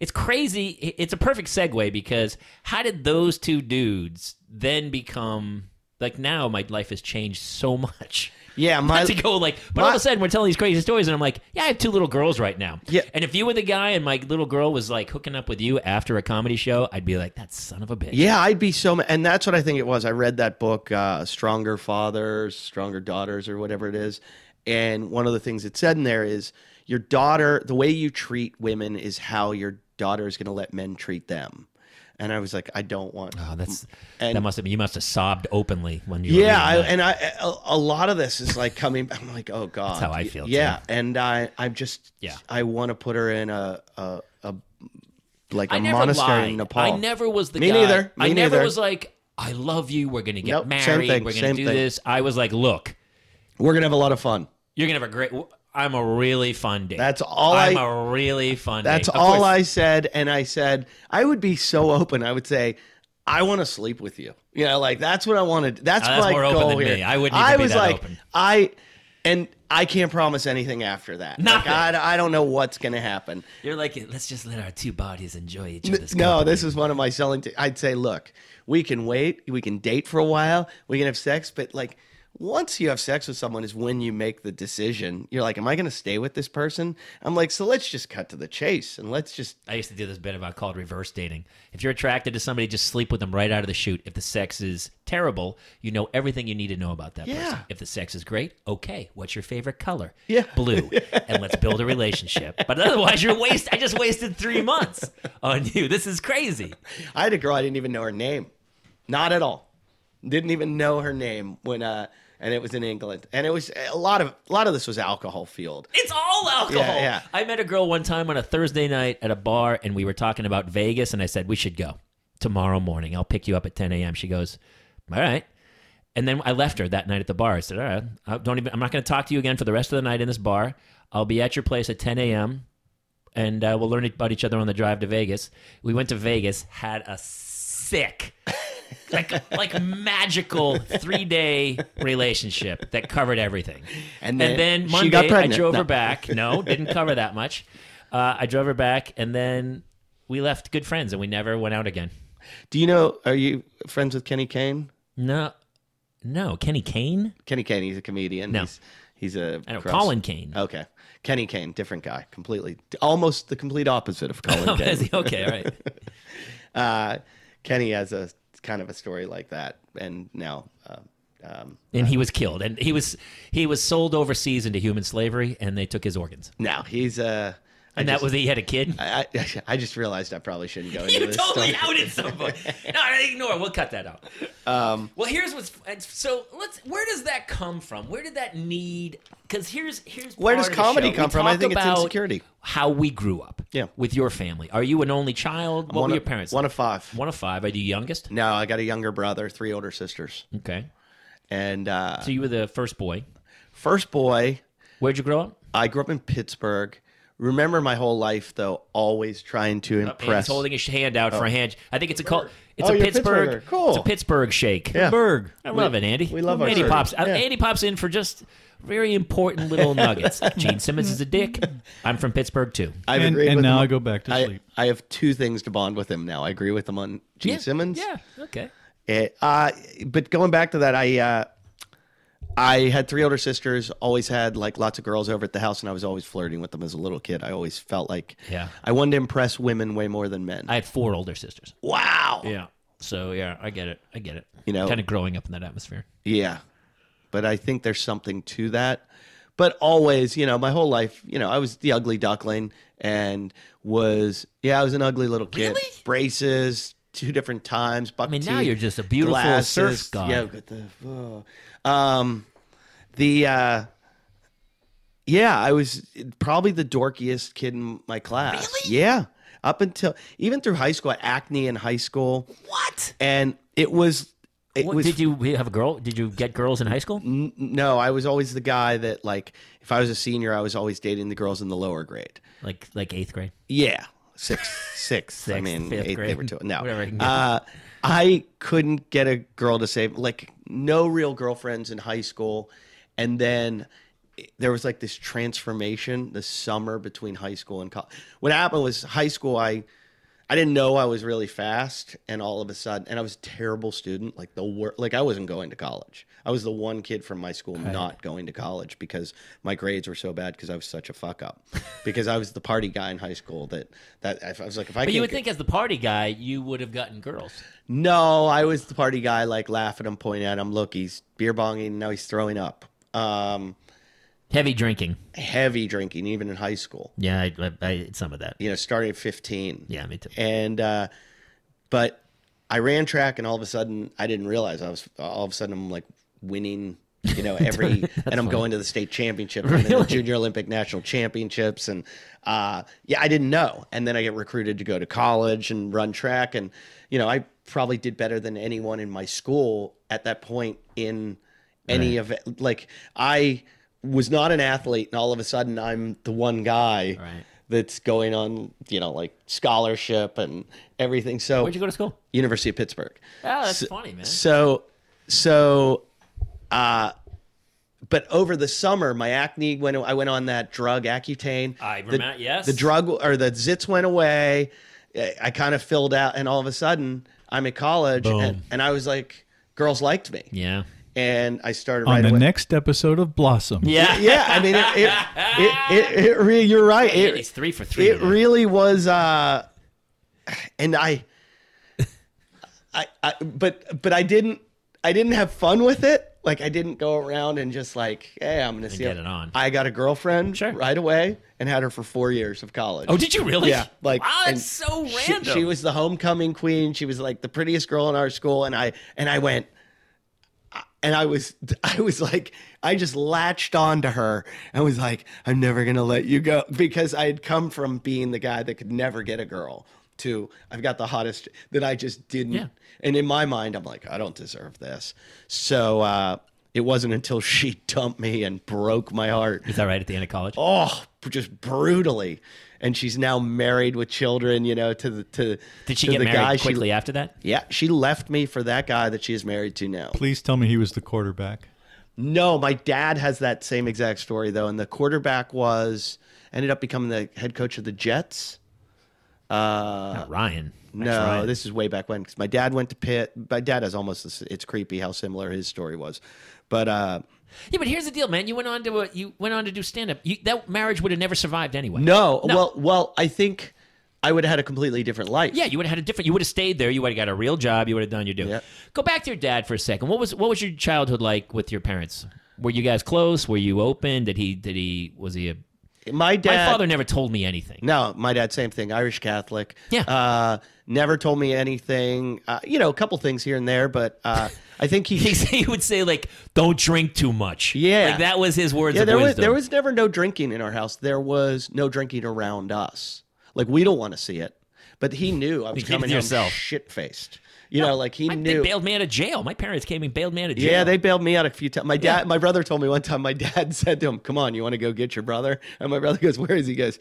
[SPEAKER 1] It's crazy. It- It's a perfect segue because how did those two dudes then become like now? My life has changed so much.
[SPEAKER 2] Yeah, my
[SPEAKER 1] Not to go like, but all of a sudden we're telling these crazy stories, and I'm like, yeah, I have two little girls right now.
[SPEAKER 2] Yeah.
[SPEAKER 1] And if you were the guy and my little girl was like hooking up with you after a comedy show, I'd be like, that son of a bitch.
[SPEAKER 2] Yeah, I'd be so, ma- and that's what I think it was. I read that book, uh, "Stronger Fathers, Stronger Daughters," or whatever it is, and one of the things it said in there is your daughter, the way you treat women is how your daughter is going to let men treat them. And I was like, I don't want.
[SPEAKER 1] Oh, that's
[SPEAKER 2] And-
[SPEAKER 1] that must have been you must have sobbed openly when you.
[SPEAKER 2] Yeah, I,
[SPEAKER 1] were reading that.
[SPEAKER 2] and I a, a lot of this is like coming. I'm like, oh god,
[SPEAKER 1] how I feel,
[SPEAKER 2] Yeah, and I I'm just
[SPEAKER 1] Yeah.
[SPEAKER 2] I want to put her in a a, a like a
[SPEAKER 1] I never
[SPEAKER 2] monastery
[SPEAKER 1] lied.
[SPEAKER 2] in Nepal.
[SPEAKER 1] I never was the
[SPEAKER 2] Me
[SPEAKER 1] guy.
[SPEAKER 2] neither. Me
[SPEAKER 1] I never
[SPEAKER 2] neither.
[SPEAKER 1] was like, I love you. We're gonna get
[SPEAKER 2] Nope, same
[SPEAKER 1] married.
[SPEAKER 2] thing,
[SPEAKER 1] We're gonna
[SPEAKER 2] same
[SPEAKER 1] do
[SPEAKER 2] thing.
[SPEAKER 1] this. I was like, look,
[SPEAKER 2] We're gonna have a lot of fun.
[SPEAKER 1] you're gonna have a great. I'm a really fun date.
[SPEAKER 2] That's all
[SPEAKER 1] I'm
[SPEAKER 2] I-
[SPEAKER 1] a really fun.
[SPEAKER 2] That's
[SPEAKER 1] date. Of
[SPEAKER 2] all
[SPEAKER 1] course,
[SPEAKER 2] I said, and I said I would be so open. I would say. I want to sleep with you. You know, like that's what I wanted. That's,
[SPEAKER 1] Oh, that's
[SPEAKER 2] my
[SPEAKER 1] more open
[SPEAKER 2] goal
[SPEAKER 1] than
[SPEAKER 2] here.
[SPEAKER 1] me. I wouldn't even
[SPEAKER 2] I
[SPEAKER 1] be
[SPEAKER 2] was
[SPEAKER 1] that
[SPEAKER 2] like,
[SPEAKER 1] open.
[SPEAKER 2] I and I can't promise anything after that.
[SPEAKER 1] Nothing.
[SPEAKER 2] Like, I, I don't know what's going to happen.
[SPEAKER 1] You're like, let's just let our two bodies enjoy each other's.
[SPEAKER 2] no,
[SPEAKER 1] company."
[SPEAKER 2] this is one of my selling. i I'd say, look, we can wait, we can date for a while, we can have sex, but like, once you have sex with someone is when you make the decision. You're like, am I going to stay with this person? I'm like, so let's just cut to the chase and let's just
[SPEAKER 1] I used to do this bit about called reverse dating. If you're attracted to somebody, just sleep with them right out of the chute. If the sex is terrible, you know everything you need to know about that
[SPEAKER 2] Yeah.
[SPEAKER 1] person. If the sex is great, okay. What's your favorite color?
[SPEAKER 2] Yeah.
[SPEAKER 1] Blue. and let's build a relationship. But otherwise you're waste I just wasted three months on you. This is crazy.
[SPEAKER 2] I had a girl I didn't even know her name, not at all. Didn't even know her name when uh, and it was in England, and it was a lot of a lot of this was alcohol fueled.
[SPEAKER 1] It's all alcohol.
[SPEAKER 2] Yeah, yeah.
[SPEAKER 1] I met a girl one time on a Thursday night at a bar, and we were talking about Vegas, and I said we should go tomorrow morning. I'll pick you up at 10 a.m. She goes, "All right." And then I left her that night at the bar. I said, "All right, I don't even. I'm not going to talk to you again for the rest of the night in this bar. I'll be at your place at 10 a.m. and uh, we'll learn about each other on the drive to Vegas." We went to Vegas, had a sick. like like magical three day relationship that covered everything. And
[SPEAKER 2] And then
[SPEAKER 1] then
[SPEAKER 2] she
[SPEAKER 1] Monday,
[SPEAKER 2] got pregnant.
[SPEAKER 1] I drove
[SPEAKER 2] No.
[SPEAKER 1] her back. No, didn't cover that much. Uh, I drove her back, and then we left good friends, and we never went out again.
[SPEAKER 2] Do you know? Are you friends with Kenny Kane?
[SPEAKER 1] No, no, Kenny Kane.
[SPEAKER 2] Kenny Kane, he's a comedian.
[SPEAKER 1] No.
[SPEAKER 2] he's, he's a
[SPEAKER 1] I know
[SPEAKER 2] cross- Oh,
[SPEAKER 1] Colin Kane.
[SPEAKER 2] Okay, Kenny Kane, different guy, completely, almost the complete opposite of Colin Kane.
[SPEAKER 1] Is he- okay, all right.
[SPEAKER 2] Uh, Kenny has a kind of a story like that, and now. Uh, um,
[SPEAKER 1] And he was killed, and he was he was sold overseas into human slavery, and they took his organs.
[SPEAKER 2] now he's uh, I
[SPEAKER 1] And
[SPEAKER 2] just-
[SPEAKER 1] that was he had a kid.
[SPEAKER 2] I, I, I just realized I probably shouldn't go into
[SPEAKER 1] You
[SPEAKER 2] this.
[SPEAKER 1] totally
[SPEAKER 2] story.
[SPEAKER 1] outed somebody. No, I ignore. We'll cut that out. Um, well, here's what's and so let's. Where does that come from? Where did that need? Because here's here's
[SPEAKER 2] Where
[SPEAKER 1] part
[SPEAKER 2] does
[SPEAKER 1] of the
[SPEAKER 2] comedy
[SPEAKER 1] show. We
[SPEAKER 2] come from? I
[SPEAKER 1] talk
[SPEAKER 2] think it's
[SPEAKER 1] about
[SPEAKER 2] insecurity.
[SPEAKER 1] How we grew up.
[SPEAKER 2] Yeah.
[SPEAKER 1] With your family, are you an only child? what
[SPEAKER 2] One
[SPEAKER 1] were
[SPEAKER 2] of-
[SPEAKER 1] your parents?
[SPEAKER 2] One
[SPEAKER 1] like?
[SPEAKER 2] of five.
[SPEAKER 1] one of five. Are you youngest?
[SPEAKER 2] No, I got a younger brother, three older sisters,
[SPEAKER 1] Okay.
[SPEAKER 2] and uh,
[SPEAKER 1] So you were the first boy.
[SPEAKER 2] first boy.
[SPEAKER 1] Where'd you grow up?
[SPEAKER 2] I grew up in Pittsburgh. Remember my whole life though, always trying to
[SPEAKER 1] And He's
[SPEAKER 2] impress.
[SPEAKER 1] holding his hand out for a hand. I think it's a call. It's
[SPEAKER 2] Oh,
[SPEAKER 1] a
[SPEAKER 2] you're a
[SPEAKER 1] Pittsburgh.
[SPEAKER 2] Pittsburgher. Cool.
[SPEAKER 1] It's a Pittsburgh shake.
[SPEAKER 2] Yeah.
[SPEAKER 3] Berg.
[SPEAKER 1] I love it, Andy.
[SPEAKER 2] we love our
[SPEAKER 1] Andy
[SPEAKER 2] shirt.
[SPEAKER 1] pops. uh,
[SPEAKER 2] Yeah.
[SPEAKER 1] Andy pops in for just very important little nuggets. Gene Simmons is a dick. I'm from Pittsburgh too.
[SPEAKER 2] I've
[SPEAKER 3] And-
[SPEAKER 2] agreed
[SPEAKER 3] and
[SPEAKER 2] with
[SPEAKER 3] now
[SPEAKER 2] him.
[SPEAKER 3] I go back to
[SPEAKER 2] I-
[SPEAKER 3] sleep.
[SPEAKER 2] I have two things to bond with him now. I agree with him on Gene Simmons.
[SPEAKER 1] Yeah. Okay.
[SPEAKER 2] It, uh, but going back to that, I uh, I had three older sisters. Always had like lots of girls over at the house, and I was always flirting with them as a little kid. I always felt like
[SPEAKER 1] Yeah.
[SPEAKER 2] I wanted to impress women way more than men.
[SPEAKER 1] I had four older sisters.
[SPEAKER 2] wow.
[SPEAKER 1] Yeah. So yeah, I get it. I get it.
[SPEAKER 2] You know-
[SPEAKER 1] kind of growing up in that atmosphere.
[SPEAKER 2] Yeah. But I think there's something to that. But always, you know, my whole life, you know, I was the ugly duckling and was, yeah, I was an ugly little kid.
[SPEAKER 1] Really?
[SPEAKER 2] Braces two different times. Buck I
[SPEAKER 1] mean, now you're just a beautiful surf god.
[SPEAKER 2] Yeah, with the, oh. um, the, uh, yeah, I was probably the dorkiest kid in my class. Really? Yeah. Up until even through high school, I had acne in high school,
[SPEAKER 1] What?
[SPEAKER 2] and it was it was
[SPEAKER 1] did you have a girl? Did you get girls in high school?
[SPEAKER 2] N- no, I was always the guy that like if I was a senior, I was always dating the girls in the lower grade.
[SPEAKER 1] Like like eighth grade.
[SPEAKER 2] Yeah, sixth, sixth. I mean,
[SPEAKER 1] fifth
[SPEAKER 2] eighth, they
[SPEAKER 1] grade.
[SPEAKER 2] were two. No,
[SPEAKER 1] Whatever I can get.
[SPEAKER 2] uh, I couldn't get a girl to save like no real girlfriends in high school, and then it- there was like this transformation the summer between high school and college. What happened was high school, I. I didn't know I was really fast, and all of a sudden, and I was a terrible student, like the worst. Like I wasn't going to college. I was the one kid from my school not going to college because my grades were so bad because I was such a fuck up. because I was the party guy in high school that that if I was like, if I
[SPEAKER 1] But
[SPEAKER 2] can't
[SPEAKER 1] you would
[SPEAKER 2] get-
[SPEAKER 1] think, as the party guy, you would have gotten girls.
[SPEAKER 2] no, I was the party guy, like laughing at him, pointing at him. Look, he's beer bonging, now he's throwing up. Um,
[SPEAKER 1] Heavy drinking.
[SPEAKER 2] heavy drinking, even in high school.
[SPEAKER 1] Yeah, I, I, I did some of that.
[SPEAKER 2] You know, starting at fifteen.
[SPEAKER 1] Yeah, me too.
[SPEAKER 2] and uh, but I ran track, and all of a sudden, I didn't realize I was all of a sudden I'm like winning, you know, every and I'm going to the state championship and then the junior Olympic national championships, and uh, yeah, I didn't know, and then I get recruited to go to college and run track, and you know, I probably did better than anyone in my school at that point in any of it. Like I was not an athlete, and all of a sudden I'm the one guy
[SPEAKER 1] Right.
[SPEAKER 2] that's going on, you know, like scholarship and everything. So
[SPEAKER 1] Where'd you go to school?
[SPEAKER 2] University of Pittsburgh.
[SPEAKER 1] Oh, that's funny, man.
[SPEAKER 2] So, so, uh, but over the summer, my acne went. I went on that drug Accutane.
[SPEAKER 1] I
[SPEAKER 2] The-
[SPEAKER 1] remember- yes.
[SPEAKER 2] The drug or the zits went away. I I kind of filled out, and all of a sudden, I'm at college, and, and I was like, girls liked me
[SPEAKER 1] Yeah.
[SPEAKER 2] and I started
[SPEAKER 3] on
[SPEAKER 2] right
[SPEAKER 3] the
[SPEAKER 2] away.
[SPEAKER 3] next episode of Blossom.
[SPEAKER 1] Yeah.
[SPEAKER 2] yeah, I mean, it, it, it, it, it, re- you're right. It,
[SPEAKER 1] it's three for three.
[SPEAKER 2] it
[SPEAKER 1] man.
[SPEAKER 2] really was uh and I, I i but but i didn't i didn't have fun with it like i didn't go around and just like hey i'm gonna see
[SPEAKER 1] get
[SPEAKER 2] how-
[SPEAKER 1] it on.
[SPEAKER 2] i got a girlfriend
[SPEAKER 1] Sure.
[SPEAKER 2] right away and had her for four years of college
[SPEAKER 1] oh, did you really?
[SPEAKER 2] yeah like
[SPEAKER 1] wow,
[SPEAKER 2] and
[SPEAKER 1] that's so
[SPEAKER 2] she-
[SPEAKER 1] random.
[SPEAKER 2] she was the homecoming queen she was like the prettiest girl in our school and i and i went and I was I was like I just latched on to her and was like I'm never gonna let you go because I had come from being the guy that could never get a girl to I've got the hottest that I just didn't
[SPEAKER 1] Yeah.
[SPEAKER 2] and in my mind I'm like I don't deserve this so uh, it wasn't until she dumped me and broke my heart
[SPEAKER 1] Is that right at the end of college?
[SPEAKER 2] oh just brutally and she's now married with children you know to the to
[SPEAKER 1] Did she
[SPEAKER 2] to
[SPEAKER 1] get
[SPEAKER 2] the guy
[SPEAKER 1] married
[SPEAKER 2] she-
[SPEAKER 1] quickly after that?
[SPEAKER 2] yeah she left me for that guy that she is married to now
[SPEAKER 3] Please tell me he was the quarterback.
[SPEAKER 2] No, my dad has that same exact story though, and the quarterback was ended up becoming the head coach of the Jets.
[SPEAKER 1] Not Ryan. That's
[SPEAKER 2] Uh, No,
[SPEAKER 1] Ryan.
[SPEAKER 2] this is way back when because my dad went to Pitt. My dad has almost this, it's creepy how similar his story was, but uh,
[SPEAKER 1] Yeah, but here's the deal, man. You went on to a, you went on to do stand up. That marriage would have never survived anyway.
[SPEAKER 2] no, well, well, I think I would have had a completely different life.
[SPEAKER 1] Yeah, you would have had a different. You would have stayed there. You would have got a real job. You would have done your due.
[SPEAKER 2] Yeah.
[SPEAKER 1] Go back to your dad for a second. What was what was your childhood like with your parents? Were you guys close? Were you open? Did he did he was he a?
[SPEAKER 2] my
[SPEAKER 1] My
[SPEAKER 2] dad.
[SPEAKER 1] father never told me anything.
[SPEAKER 2] No, my dad, same thing. Irish Catholic.
[SPEAKER 1] Yeah.
[SPEAKER 2] Uh, never told me anything. Uh, you know, a couple things here and there, but uh, I think he.
[SPEAKER 1] He, he would say like, "Don't drink too much."
[SPEAKER 2] Yeah.
[SPEAKER 1] like that was his words.
[SPEAKER 2] Yeah,
[SPEAKER 1] of
[SPEAKER 2] there was
[SPEAKER 1] wisdom.
[SPEAKER 2] there was never no drinking in our house. There was no drinking around us. Like we don't want to see it, but he knew I was
[SPEAKER 1] keep it
[SPEAKER 2] coming
[SPEAKER 1] to
[SPEAKER 2] home
[SPEAKER 1] yourself.
[SPEAKER 2] shit faced. You know, like he
[SPEAKER 1] I- they
[SPEAKER 2] knew.
[SPEAKER 1] bailed me out of jail. My parents came and bailed me out of jail.
[SPEAKER 2] yeah, they bailed me out a few times. My dad, my brother told me one time. My dad said to him, "Come on, you want to go get your brother?" And my brother goes, "Where is he?" he goes,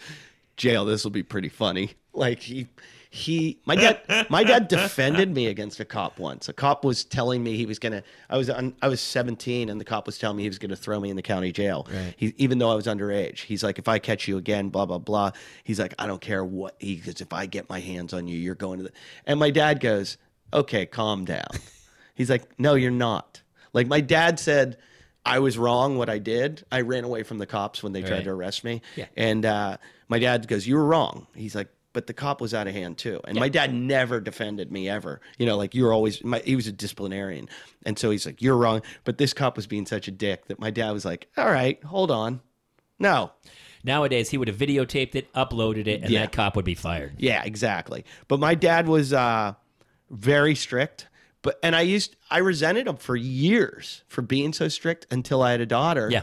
[SPEAKER 2] "Jail. This will be pretty funny." Like he, he, my dad, my dad defended me against a cop once. A cop was telling me he was gonna. I was on. I was seventeen, and the cop was telling me he was gonna throw me in the county jail. He, even though I was underage, he's like, "If I catch you again, blah blah blah." He's like, "I don't care what." He goes, "If I get my hands on you, you're going to the." And my dad goes, "Okay, calm down." He's like, no, you're not. Like my dad said, I was wrong what I did. I ran away from the cops when they tried
[SPEAKER 1] Right.
[SPEAKER 2] to arrest me.
[SPEAKER 1] Yeah.
[SPEAKER 2] And uh, my dad goes, you were wrong. He's like, but the cop was out of hand too. And my dad never defended me ever. You know, like you were always, my, he was a disciplinarian. And so he's like, you're wrong. But this cop was being such a dick that my dad was like, all right, hold on. No.
[SPEAKER 1] Nowadays, he would have videotaped it, uploaded it, and
[SPEAKER 2] Yeah.
[SPEAKER 1] that cop would be fired.
[SPEAKER 2] Yeah, exactly. But my dad was uh, very strict. But and I used I resented him for years for being so strict until I had a daughter.
[SPEAKER 1] Yeah,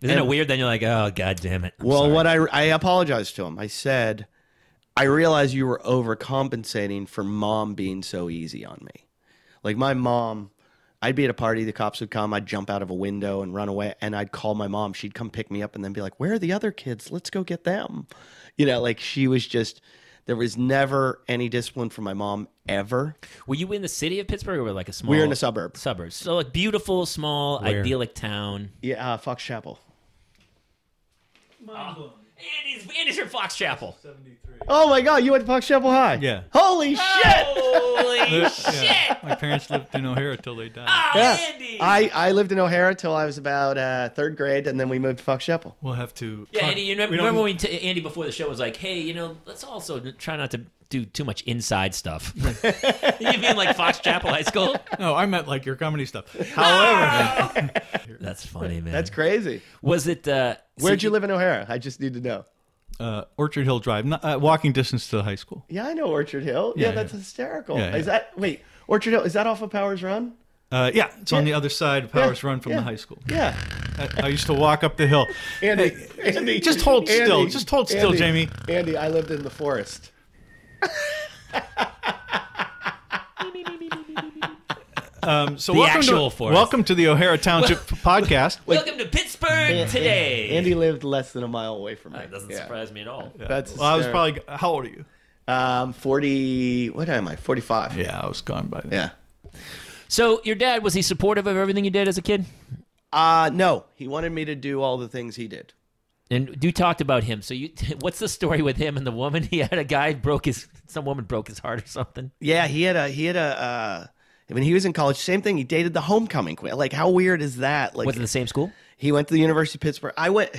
[SPEAKER 1] isn't it weird? Then you're like, "Oh, god damn it!" I'm
[SPEAKER 2] Well,
[SPEAKER 1] sorry."
[SPEAKER 2] what I I apologized to him. I said, I realized you were overcompensating for mom being so easy on me. Like my mom, I'd be at a party, the cops would come, I'd jump out of a window and run away, and I'd call my mom. She'd come pick me up and then be like, "Where are the other kids? Let's go get them." You know, like she was just. There was never any discipline from my mom ever.
[SPEAKER 1] Were you in the city of Pittsburgh or like a small?
[SPEAKER 2] We were in a suburb.
[SPEAKER 1] suburbs. So like beautiful, small, idyllic town.
[SPEAKER 2] Yeah, uh, Fox Chapel.
[SPEAKER 1] Andy's, Andy's from Fox Chapel.
[SPEAKER 2] Oh my God, you went to Fox Chapel High.
[SPEAKER 3] Yeah.
[SPEAKER 2] Holy
[SPEAKER 1] Ah!
[SPEAKER 2] shit!
[SPEAKER 1] Holy
[SPEAKER 3] Yeah.
[SPEAKER 1] shit!
[SPEAKER 3] My parents lived in O'Hara till they died.
[SPEAKER 1] Oh,
[SPEAKER 2] Yeah. Uh,
[SPEAKER 1] Andy!
[SPEAKER 2] I, I lived in O'Hara till I was about uh, third grade, and then we moved to Fox Chapel.
[SPEAKER 3] We'll have to.
[SPEAKER 1] yeah,
[SPEAKER 3] talk-
[SPEAKER 1] Andy, you remember,
[SPEAKER 3] we don't-
[SPEAKER 1] remember when t- Andy before the show was like, hey, you know, let's also try not to do too much inside stuff. you mean like Fox Chapel High School?
[SPEAKER 3] No, I meant like your comedy stuff. However,
[SPEAKER 1] That's funny, man.
[SPEAKER 2] That's crazy.
[SPEAKER 1] Was it. Uh,
[SPEAKER 2] Where'd
[SPEAKER 1] so
[SPEAKER 2] you live in O'Hara? I just need to know.
[SPEAKER 3] uh, Orchard Hill Drive, not, uh, walking distance to the high school.
[SPEAKER 2] Yeah, I know Orchard Hill. Yeah,
[SPEAKER 3] Yeah,
[SPEAKER 2] that's
[SPEAKER 3] yeah.
[SPEAKER 2] hysterical.
[SPEAKER 3] Yeah,
[SPEAKER 2] Is
[SPEAKER 3] yeah.
[SPEAKER 2] that wait Orchard Hill? Is that off of Powers Run?
[SPEAKER 3] Uh, yeah, it's on the other side of Powers
[SPEAKER 2] Yeah,
[SPEAKER 3] Run from
[SPEAKER 2] yeah,
[SPEAKER 3] the high school.
[SPEAKER 2] Yeah,
[SPEAKER 3] I, I used to walk up the hill.
[SPEAKER 2] Andy, Andy,
[SPEAKER 3] just hold still. Just hold still,
[SPEAKER 2] Andy,
[SPEAKER 3] Jamie.
[SPEAKER 2] Andy, I lived in the forest.
[SPEAKER 3] Um, so
[SPEAKER 1] The
[SPEAKER 3] welcome
[SPEAKER 1] actual
[SPEAKER 3] to,
[SPEAKER 1] forest.
[SPEAKER 3] welcome to the O'Hara Township podcast.
[SPEAKER 1] Welcome to Pittsburgh today.
[SPEAKER 2] Andy lived less than a mile away from me.
[SPEAKER 1] That doesn't
[SPEAKER 2] Yeah.
[SPEAKER 1] surprise me at all.
[SPEAKER 2] That's
[SPEAKER 3] well, I was
[SPEAKER 2] hysterical.
[SPEAKER 3] probably how old are you?
[SPEAKER 2] um forty. What am I? Forty five.
[SPEAKER 3] Yeah, I was gone by then.
[SPEAKER 2] yeah.
[SPEAKER 1] So, your dad, was he supportive of everything you did as a kid?
[SPEAKER 2] Uh no. He wanted me to do all the things he did.
[SPEAKER 1] And you talked about him. So you, what's the story with him and the woman? He had a guy broke his, some woman broke his heart or something.
[SPEAKER 2] Yeah, he had a he had a uh, When he was in college, same thing. He dated the homecoming queen. Like, how weird is that? Like,
[SPEAKER 1] Was it the same school?
[SPEAKER 2] he went to the University of Pittsburgh. I went,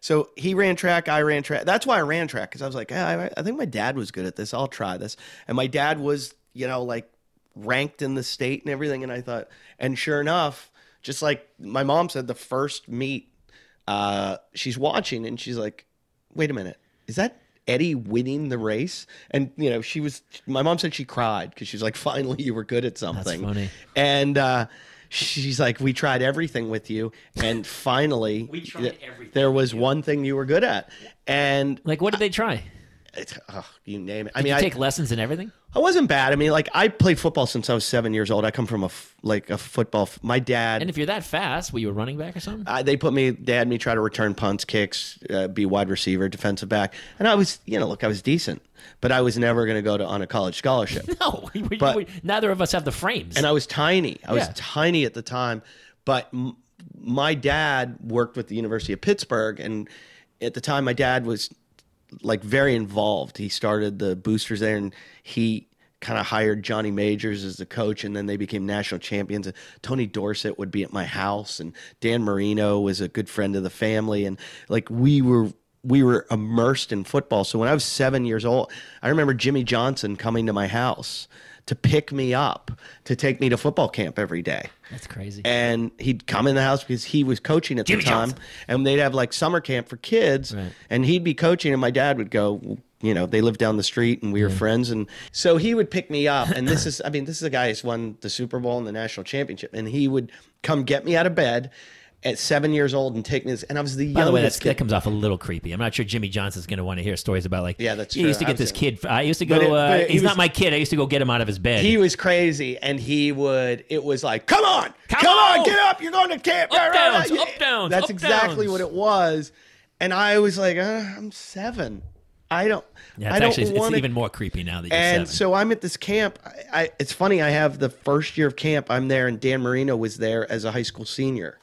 [SPEAKER 2] so he ran track. I ran track. That's why I ran track because I was like, "Ah, I, I think my dad was good at this. I'll try this. And my dad was, you know, like ranked in the state and everything. And I thought, and sure enough, just like my mom said, the first meet, uh, she's watching and she's like, wait a minute, is that Eddie winning the race? And you know, she was. My mom said she cried because she's like, finally, you were good at something
[SPEAKER 1] funny.
[SPEAKER 2] and uh, she's like, "We tried everything with you, and finally, we
[SPEAKER 1] tried everything
[SPEAKER 2] There was one thing you were good at, and
[SPEAKER 1] Like, what did they try?
[SPEAKER 2] it's, oh, you name it. I
[SPEAKER 1] Did
[SPEAKER 2] mean,
[SPEAKER 1] you
[SPEAKER 2] I,
[SPEAKER 1] take lessons in everything?
[SPEAKER 2] I wasn't bad. I mean, like I played football since I was seven years old. I come from a f- like a football. F- my dad.
[SPEAKER 1] And if you're that fast, were you a running back or something?
[SPEAKER 2] I, they put me, they had me try to return punts, kicks, uh, be wide receiver, defensive back. And I was, you know, look, I was decent, but I was never going to go to on a college scholarship.
[SPEAKER 1] No, we- we-
[SPEAKER 2] But-
[SPEAKER 1] we- neither of us have the frames.
[SPEAKER 2] and I was tiny. I was
[SPEAKER 1] Yeah.
[SPEAKER 2] tiny at the time, but m- my dad worked with the University of Pittsburgh, and at the time, my dad was like very involved. He started the boosters there, and he kind of hired Johnny Majors as the coach, and then they became national champions. And Tony Dorsett would be at my house, and Dan Marino was a good friend of the family, and like we were. We were immersed in football. So when I was seven years old, I remember Jimmy Johnson coming to my house to pick me up to take me to football camp every day.
[SPEAKER 1] That's crazy.
[SPEAKER 2] And he'd come in the house because he was coaching at
[SPEAKER 1] Jimmy
[SPEAKER 2] the time,
[SPEAKER 1] Johnson.
[SPEAKER 2] and they'd have like summer camp for kids,
[SPEAKER 1] Right.
[SPEAKER 2] and he'd be coaching, and my dad would go. You know, they lived down the street, and we were friends, and so he would pick me up. And this is, I mean, this is a guy who's won the Super Bowl and the national championship, and he would come get me out of bed at seven years old and take me. This, and I was the
[SPEAKER 1] By
[SPEAKER 2] youngest
[SPEAKER 1] the way, that's,
[SPEAKER 2] kid.
[SPEAKER 1] that comes off a little creepy. I'm not sure Jimmy Johnson's going to want to hear stories about like.
[SPEAKER 2] Yeah, that's
[SPEAKER 1] He
[SPEAKER 2] true.
[SPEAKER 1] used to
[SPEAKER 2] I
[SPEAKER 1] get
[SPEAKER 2] was
[SPEAKER 1] this
[SPEAKER 2] gonna-
[SPEAKER 1] kid. I used to go.
[SPEAKER 2] But it-
[SPEAKER 1] uh,
[SPEAKER 2] but it
[SPEAKER 1] he's
[SPEAKER 2] was-
[SPEAKER 1] not my kid. I used to go get him out of his bed.
[SPEAKER 2] he was crazy, and he would. It was like, "Come on,
[SPEAKER 1] Come
[SPEAKER 2] come, on,
[SPEAKER 1] on!
[SPEAKER 2] get up! You're going to camp."
[SPEAKER 1] Up, downs, up, downs,
[SPEAKER 2] That's
[SPEAKER 1] up,
[SPEAKER 2] exactly
[SPEAKER 1] downs.
[SPEAKER 2] what it was, and I was like, uh, "I'm seven. I don't.
[SPEAKER 1] yeah,
[SPEAKER 2] I
[SPEAKER 1] it's
[SPEAKER 2] don't
[SPEAKER 1] actually it's
[SPEAKER 2] want
[SPEAKER 1] even more creepy now that you're
[SPEAKER 2] And
[SPEAKER 1] seven.
[SPEAKER 2] so I'm at this camp. I, I, it's funny. I have the first year of camp. I'm there, and Dan Marino was there as a high school senior,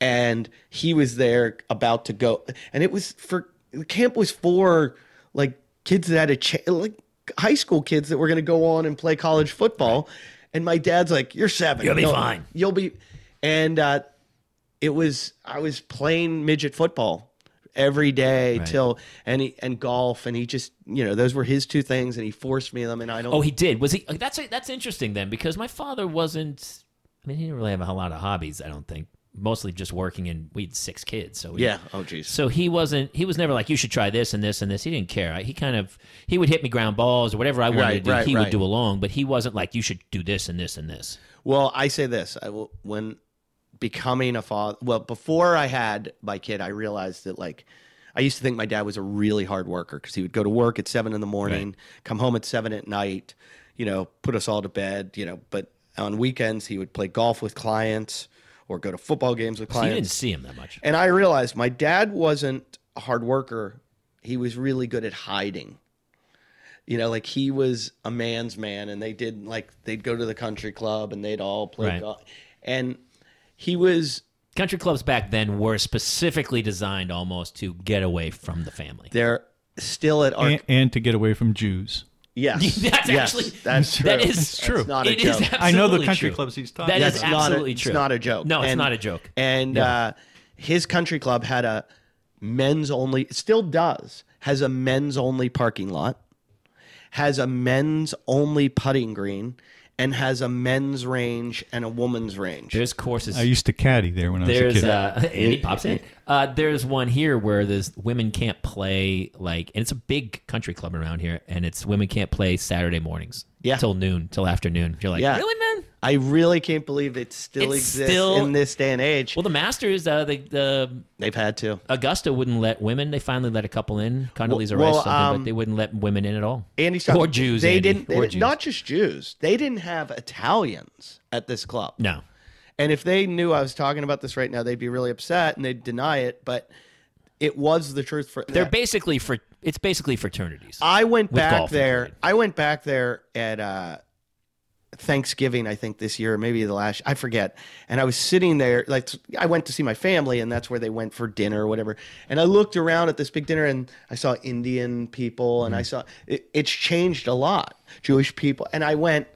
[SPEAKER 2] and he was there about to go. And it was for the camp was for like kids that had a cha- like high school kids that were going to go on and play college football. And my dad's like, "You're seven.
[SPEAKER 1] You'll be fine."
[SPEAKER 2] You'll be." And uh, it was I was playing midget football every day till and he, and golf and he just you know those were his two things and he forced me them and I don't
[SPEAKER 1] oh, he did. Was he? That's that's interesting then because my father wasn't. I mean, he didn't really have a whole lot of hobbies. I don't think. Mostly just working, and we had six kids, so we-
[SPEAKER 2] yeah oh jeez
[SPEAKER 1] So he wasn't. He was never like you should try this and this and this. He didn't care. He kind of he would hit me ground balls or whatever I wanted to
[SPEAKER 2] Right,
[SPEAKER 1] do.
[SPEAKER 2] right,
[SPEAKER 1] he would
[SPEAKER 2] right.
[SPEAKER 1] do along, but he wasn't like you should do this and this and this.
[SPEAKER 2] well I say this I will, when becoming a father well before I had my kid I realized that like I used to think my dad was a really hard worker because he would go to work at seven in the morning come home at seven at night you know put us all to bed you know but on weekends he would play golf with clients or go to football games with
[SPEAKER 1] So you
[SPEAKER 2] clients
[SPEAKER 1] didn't see him that much.
[SPEAKER 2] And I realized my dad wasn't a hard worker. He was really good at hiding. You know, like he was a man's man and they did like they'd go to the country club and they'd all play
[SPEAKER 1] Right.
[SPEAKER 2] golf. And he was
[SPEAKER 1] Country clubs back then were specifically designed almost to get away from the family.
[SPEAKER 2] there still at our
[SPEAKER 3] and, and to get away from Jews.
[SPEAKER 2] yes.
[SPEAKER 1] That's
[SPEAKER 2] yes,
[SPEAKER 1] actually-
[SPEAKER 2] that's true.
[SPEAKER 1] That is true.
[SPEAKER 2] not a
[SPEAKER 1] It is
[SPEAKER 2] joke.
[SPEAKER 3] I know the
[SPEAKER 1] absolutely
[SPEAKER 3] country
[SPEAKER 1] true.
[SPEAKER 3] clubs he's talking
[SPEAKER 1] That
[SPEAKER 3] about.
[SPEAKER 1] is
[SPEAKER 2] That's not a-
[SPEAKER 1] absolutely
[SPEAKER 2] it's
[SPEAKER 1] true.
[SPEAKER 2] not a joke.
[SPEAKER 1] No, it's
[SPEAKER 2] And-
[SPEAKER 1] not a joke.
[SPEAKER 2] And uh, his country club had a men's only, it still does, has a men's only parking lot, has a men's only putting green, and has a men's range and a woman's range.
[SPEAKER 1] There's courses.
[SPEAKER 3] I used to caddy there when I was a
[SPEAKER 1] There's
[SPEAKER 3] kid.
[SPEAKER 1] uh, Andy pops in. Uh, there's one here where there's women can't play like, and it's a big country club around here, and it's women can't play Saturday mornings,
[SPEAKER 2] Yeah.
[SPEAKER 1] till noon, till afternoon. You're like,
[SPEAKER 2] Yeah.
[SPEAKER 1] really, man?
[SPEAKER 2] I really can't believe it still
[SPEAKER 1] It's
[SPEAKER 2] exists
[SPEAKER 1] still-
[SPEAKER 2] in this day and age.
[SPEAKER 1] Well, the Masters, uh, the the
[SPEAKER 2] They've had to.
[SPEAKER 1] Augusta wouldn't let women. They finally let a couple in, Condoleezza
[SPEAKER 2] Well,
[SPEAKER 1] Rice,
[SPEAKER 2] well,
[SPEAKER 1] something,
[SPEAKER 2] um,
[SPEAKER 1] but they wouldn't let women in at all.
[SPEAKER 2] Andy Stock-
[SPEAKER 1] or Jews.
[SPEAKER 2] They
[SPEAKER 1] Andy,
[SPEAKER 2] didn't.
[SPEAKER 1] or
[SPEAKER 2] they-
[SPEAKER 1] Jews.
[SPEAKER 2] Not just Jews. They didn't have Italians at this club.
[SPEAKER 1] no.
[SPEAKER 2] And if they knew I was talking about this right now, they'd be really upset and they'd deny it. But it was the truth for
[SPEAKER 1] They're basically for it's basically fraternities.
[SPEAKER 2] I went
[SPEAKER 1] with
[SPEAKER 2] back
[SPEAKER 1] golf
[SPEAKER 2] there.
[SPEAKER 1] included.
[SPEAKER 2] I went back there at uh, Thanksgiving, I think this year, maybe the last. I forget. And I was sitting there, like I went to see my family, and that's where they went for dinner or whatever. And I looked around at this big dinner, and I saw Indian people, and I saw it, it's changed a lot, Jewish people, and I went.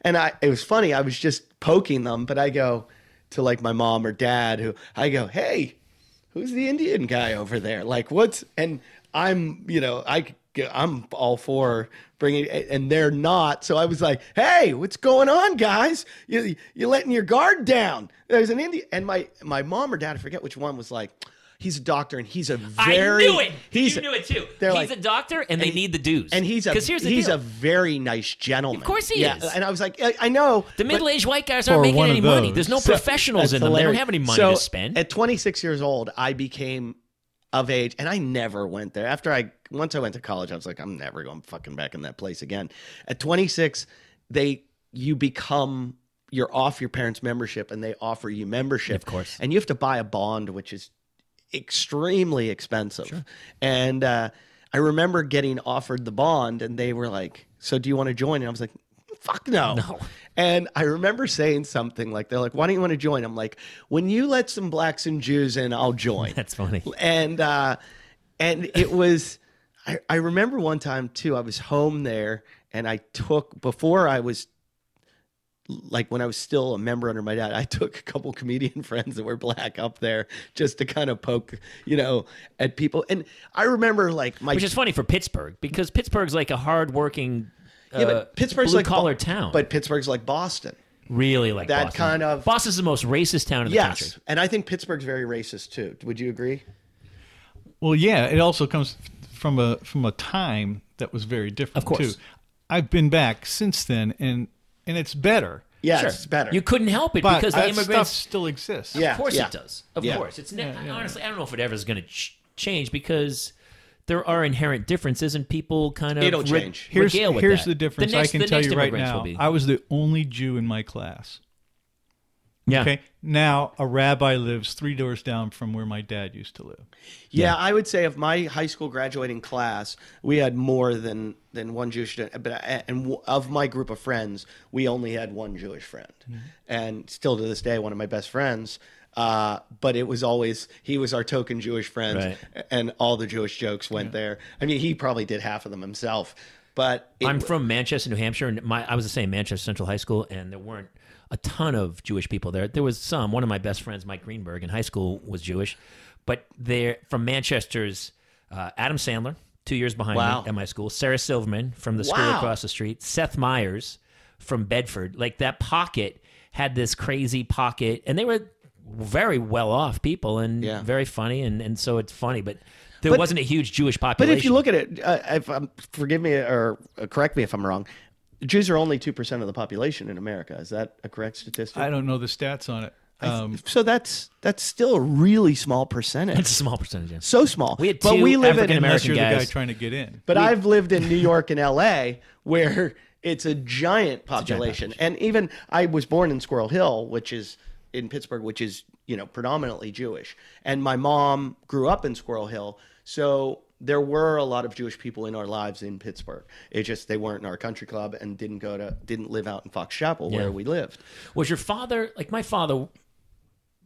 [SPEAKER 2] And I, it was funny. I was just poking them, but I go to like my mom or dad, who I go, hey, who's the Indian guy over there? Like, what's and I'm, you know, I could go- I'm all for bringing, and they're not. So I was like, hey, what's going on, guys? You you letting your guard down? There's an Indian, and my my mom or dad, I forget which one was like. He's a doctor, and he's a very.
[SPEAKER 1] I knew it.
[SPEAKER 2] He's
[SPEAKER 1] you knew it too.
[SPEAKER 2] they're
[SPEAKER 1] He's
[SPEAKER 2] like-
[SPEAKER 1] a doctor, and, they
[SPEAKER 2] he-
[SPEAKER 1] need the dues.
[SPEAKER 2] and he's a
[SPEAKER 1] because here's the
[SPEAKER 2] he's
[SPEAKER 1] deal.
[SPEAKER 2] a very nice gentleman. Of
[SPEAKER 1] course he is.
[SPEAKER 2] And I was like, I, I know
[SPEAKER 1] the
[SPEAKER 2] but-
[SPEAKER 1] middle-aged white guys
[SPEAKER 3] Or
[SPEAKER 1] aren't making
[SPEAKER 3] one of
[SPEAKER 1] any money.
[SPEAKER 3] those.
[SPEAKER 1] There's no
[SPEAKER 2] So-
[SPEAKER 1] professionals in
[SPEAKER 2] that's
[SPEAKER 1] them. They don't
[SPEAKER 2] hilarious.
[SPEAKER 1] have any money
[SPEAKER 2] So,
[SPEAKER 1] to spend.
[SPEAKER 2] At 26 years old, I became of age, and I never went there. After I once I went to college, I was like, I'm never going fucking back in that place again. At 26, they you become you're off your parents' membership, and they offer you membership,
[SPEAKER 1] Of course.
[SPEAKER 2] and you have to buy a bond, which is extremely expensive. And uh, I remember getting offered the bond, and they were like, "So do you want to join?" And I was like, "Fuck no."
[SPEAKER 1] No.
[SPEAKER 2] And I remember saying something like, "They're like, why don't you want to join?" I'm like, "When you let some blacks and Jews in, I'll join."
[SPEAKER 1] That's funny.
[SPEAKER 2] and uh, and it was I, I remember one time too i was home there and i took before i was like when i was still a member under my dad i took a couple comedian friends that were black up there just to kind of poke you know at people and i remember like my
[SPEAKER 1] Which is funny for Pittsburgh because Pittsburgh's like a hard-working, uh,
[SPEAKER 2] yeah, but pittsburgh's like
[SPEAKER 1] blue-collar
[SPEAKER 2] Bo-
[SPEAKER 1] town.
[SPEAKER 2] but pittsburgh's like boston
[SPEAKER 1] really like
[SPEAKER 2] that
[SPEAKER 1] Boston.
[SPEAKER 2] kind of-
[SPEAKER 1] Boston's the most racist town in the
[SPEAKER 2] yes
[SPEAKER 1] country.
[SPEAKER 2] and i think pittsburgh's very racist too would you agree
[SPEAKER 3] Well, yeah, it also comes from a from a time that was very different.
[SPEAKER 1] Of course.
[SPEAKER 3] too. I've been back since then, and and it's better.
[SPEAKER 2] yeah
[SPEAKER 1] Sure.
[SPEAKER 2] it's better
[SPEAKER 1] You couldn't help it
[SPEAKER 3] But
[SPEAKER 1] because the
[SPEAKER 3] that stuff
[SPEAKER 1] immigrants
[SPEAKER 3] still exists.
[SPEAKER 2] Yeah.
[SPEAKER 1] Of course
[SPEAKER 2] yeah.
[SPEAKER 1] it does. Of
[SPEAKER 2] Yeah.
[SPEAKER 1] course. It's ne- honestly I don't know if it ever is going to ch- change because there are inherent differences and people kind of
[SPEAKER 2] It'll
[SPEAKER 1] re-
[SPEAKER 2] change.
[SPEAKER 3] Here's
[SPEAKER 1] regale with
[SPEAKER 3] here's
[SPEAKER 1] that.
[SPEAKER 3] the difference.
[SPEAKER 1] next-
[SPEAKER 3] I can
[SPEAKER 1] the
[SPEAKER 3] tell
[SPEAKER 1] next
[SPEAKER 3] you right
[SPEAKER 1] immigrants will
[SPEAKER 3] now.
[SPEAKER 1] be-
[SPEAKER 3] I was the only Jew in my class.
[SPEAKER 1] yeah.
[SPEAKER 3] Okay. Now a rabbi lives three doors down from where my dad used to live.
[SPEAKER 2] Yeah, I would say of my high school graduating class, we had more than than one Jewish student. But I- and w- of my group of friends, we only had one Jewish friend, and still to this day, one of my best friends. Uh, but it was always he was our token Jewish friend,
[SPEAKER 1] Right.
[SPEAKER 2] and all the Jewish jokes went there. I mean, he probably did half of them himself. But it
[SPEAKER 1] I'm
[SPEAKER 2] w-
[SPEAKER 1] from Manchester, New Hampshire, and my I was the same Manchester Central High School, and there weren't a ton of Jewish people there. There was some. One of my best friends, Mike Greenberg, in high school was Jewish, but they're from Manchester's uh, Adam Sandler, two years behind
[SPEAKER 2] Wow.
[SPEAKER 1] me at my school. Sarah Silverman from the school
[SPEAKER 2] Wow.
[SPEAKER 1] across the street. Seth Myers from Bedford. Like that pocket had this crazy pocket, and they were very well off people and
[SPEAKER 2] Yeah.
[SPEAKER 1] very funny, and and so it's funny, but. There wasn't a huge Jewish
[SPEAKER 2] But
[SPEAKER 1] population.
[SPEAKER 2] if you look at it, uh, if um, forgive me or uh, correct me if I'm wrong, Jews are only two percent of the population in America. Is that a correct statistic?
[SPEAKER 3] I don't know the stats on it. Um,
[SPEAKER 2] so that's that's still a really small percentage.
[SPEAKER 1] it's a small percentage. yeah.
[SPEAKER 2] so small.
[SPEAKER 1] We had
[SPEAKER 2] but
[SPEAKER 1] two
[SPEAKER 2] we live in
[SPEAKER 1] African-American-
[SPEAKER 3] unless
[SPEAKER 1] American
[SPEAKER 3] you're the guy
[SPEAKER 1] guys.
[SPEAKER 3] trying to get in.
[SPEAKER 2] But I've lived in New York and L.A. where it's a giant population, and even I was born in Squirrel Hill, which is in Pittsburgh, which is you know predominantly Jewish, and my mom grew up in Squirrel Hill, so. There were a lot of Jewish people in our lives in Pittsburgh. It just they weren't in our country club and didn't go to didn't live out in Fox Chapel where
[SPEAKER 1] Yeah.
[SPEAKER 2] we lived.
[SPEAKER 1] Was your father like my father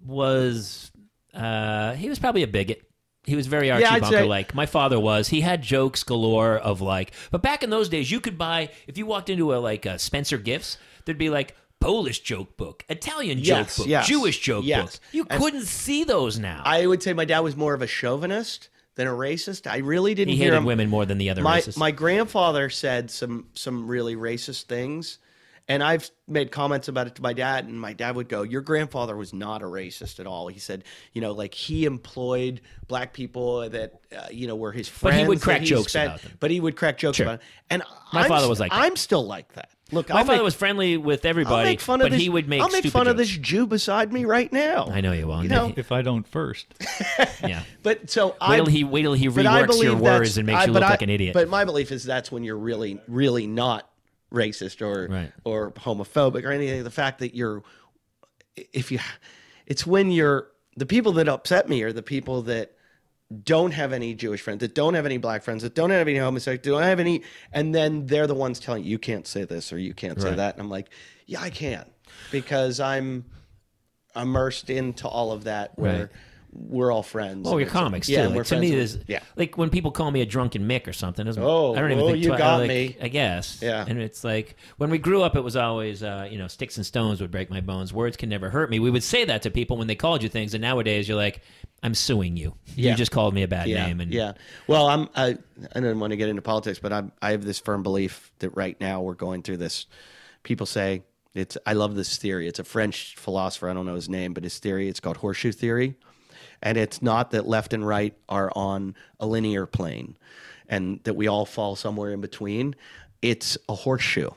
[SPEAKER 1] was uh he was probably a bigot. He was very Archie
[SPEAKER 2] Yeah, I'd
[SPEAKER 1] Bunker
[SPEAKER 2] say-
[SPEAKER 1] like. My father was. He had jokes galore of like but back in those days you could buy if you walked into a like a Spencer Gifts, there'd be like Polish joke book, Italian
[SPEAKER 2] Yes,
[SPEAKER 1] joke book,
[SPEAKER 2] yes,
[SPEAKER 1] Jewish joke
[SPEAKER 2] yes.
[SPEAKER 1] book. You
[SPEAKER 2] And-
[SPEAKER 1] couldn't see those now.
[SPEAKER 2] I would say my dad was more of a chauvinist than a racist. I really didn't
[SPEAKER 1] he
[SPEAKER 2] hear
[SPEAKER 1] hated
[SPEAKER 2] him.
[SPEAKER 1] women more than the other
[SPEAKER 2] my
[SPEAKER 1] races.
[SPEAKER 2] my grandfather said some some really racist things and i've made comments about it to my dad and my dad would go your grandfather was not a racist at all he said you know like he employed black people that uh, you know were his
[SPEAKER 1] But
[SPEAKER 2] friends
[SPEAKER 1] he would
[SPEAKER 2] that
[SPEAKER 1] crack jokes
[SPEAKER 2] spent-
[SPEAKER 1] about them.
[SPEAKER 2] but he would crack jokes about it and
[SPEAKER 1] My
[SPEAKER 2] I'm
[SPEAKER 1] father
[SPEAKER 2] st-
[SPEAKER 1] was like that.
[SPEAKER 2] i'm still like that look
[SPEAKER 1] my
[SPEAKER 2] I'll
[SPEAKER 1] father
[SPEAKER 2] make,
[SPEAKER 1] was friendly with everybody,
[SPEAKER 2] I'll make fun
[SPEAKER 1] but
[SPEAKER 2] of this,
[SPEAKER 1] he would make
[SPEAKER 2] I'll make
[SPEAKER 1] stupid
[SPEAKER 2] fun of
[SPEAKER 1] jokes.
[SPEAKER 2] this jew beside me right now
[SPEAKER 1] I know you will.
[SPEAKER 2] you know
[SPEAKER 3] If I don't first,
[SPEAKER 1] yeah.
[SPEAKER 2] but so
[SPEAKER 1] Wait
[SPEAKER 2] i
[SPEAKER 1] till he wait till he
[SPEAKER 2] but
[SPEAKER 1] reworks
[SPEAKER 2] I
[SPEAKER 1] your
[SPEAKER 2] believe that's-
[SPEAKER 1] words and makes
[SPEAKER 2] I-
[SPEAKER 1] you
[SPEAKER 2] but
[SPEAKER 1] look
[SPEAKER 2] I-
[SPEAKER 1] like an idiot.
[SPEAKER 2] But my belief is that's when you're really, really not racist or
[SPEAKER 1] Right.
[SPEAKER 2] or homophobic or anything. The fact that you're, if you, it's when you're the people that upset me are the people that don't have any Jewish friends, that don't have any black friends, that don't have any homosexual, don't have any, and then they're the ones telling you, you can't say this or you can't say that, and I'm like, yeah, I can because I'm immersed into all of that where
[SPEAKER 1] Right.
[SPEAKER 2] we're all friends.
[SPEAKER 1] Oh,
[SPEAKER 2] And
[SPEAKER 1] your
[SPEAKER 2] it's like-
[SPEAKER 1] comics
[SPEAKER 2] Yeah,
[SPEAKER 1] too.
[SPEAKER 2] and
[SPEAKER 1] Like,
[SPEAKER 2] we're
[SPEAKER 1] to
[SPEAKER 2] friends.
[SPEAKER 1] me,
[SPEAKER 2] with-
[SPEAKER 1] there's
[SPEAKER 2] yeah.
[SPEAKER 1] like when people call me a drunken Mick or something. Doesn't,
[SPEAKER 2] Oh,
[SPEAKER 1] I don't even
[SPEAKER 2] oh,
[SPEAKER 1] think
[SPEAKER 2] you
[SPEAKER 1] twi-
[SPEAKER 2] got
[SPEAKER 1] like,
[SPEAKER 2] me.
[SPEAKER 1] I guess.
[SPEAKER 2] Yeah.
[SPEAKER 1] And it's like when we grew up, it was always uh, you know sticks and stones would break my bones. Words can never hurt me. We would say that to people when they called you things, and nowadays you're like, I'm suing you.
[SPEAKER 2] Yeah.
[SPEAKER 1] You just called me a bad
[SPEAKER 2] yeah,
[SPEAKER 1] name. And
[SPEAKER 2] yeah. Well, I'm. I, I don't want to get into politics, but I'm. I have this firm belief that right now we're going through this. People say it's. I love this theory. It's a French philosopher. I don't know his name, but his theory. It's called horseshoe theory, and it's not that left and right are on a linear plane, and that we all fall somewhere in between. It's a horseshoe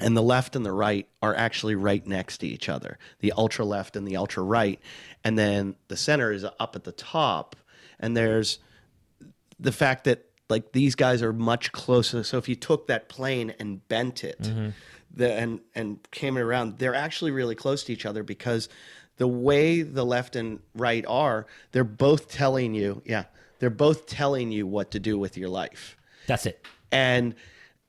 [SPEAKER 2] and the left and the right are actually right next to each other the ultra left and the ultra right and then the center is up at the top and there's the fact that like these guys are much closer so if you took that plane and bent it the, and and came it around they're actually really close to each other because the way the left and right are they're both telling you yeah they're both telling you what to do with your life
[SPEAKER 1] that's it.
[SPEAKER 2] and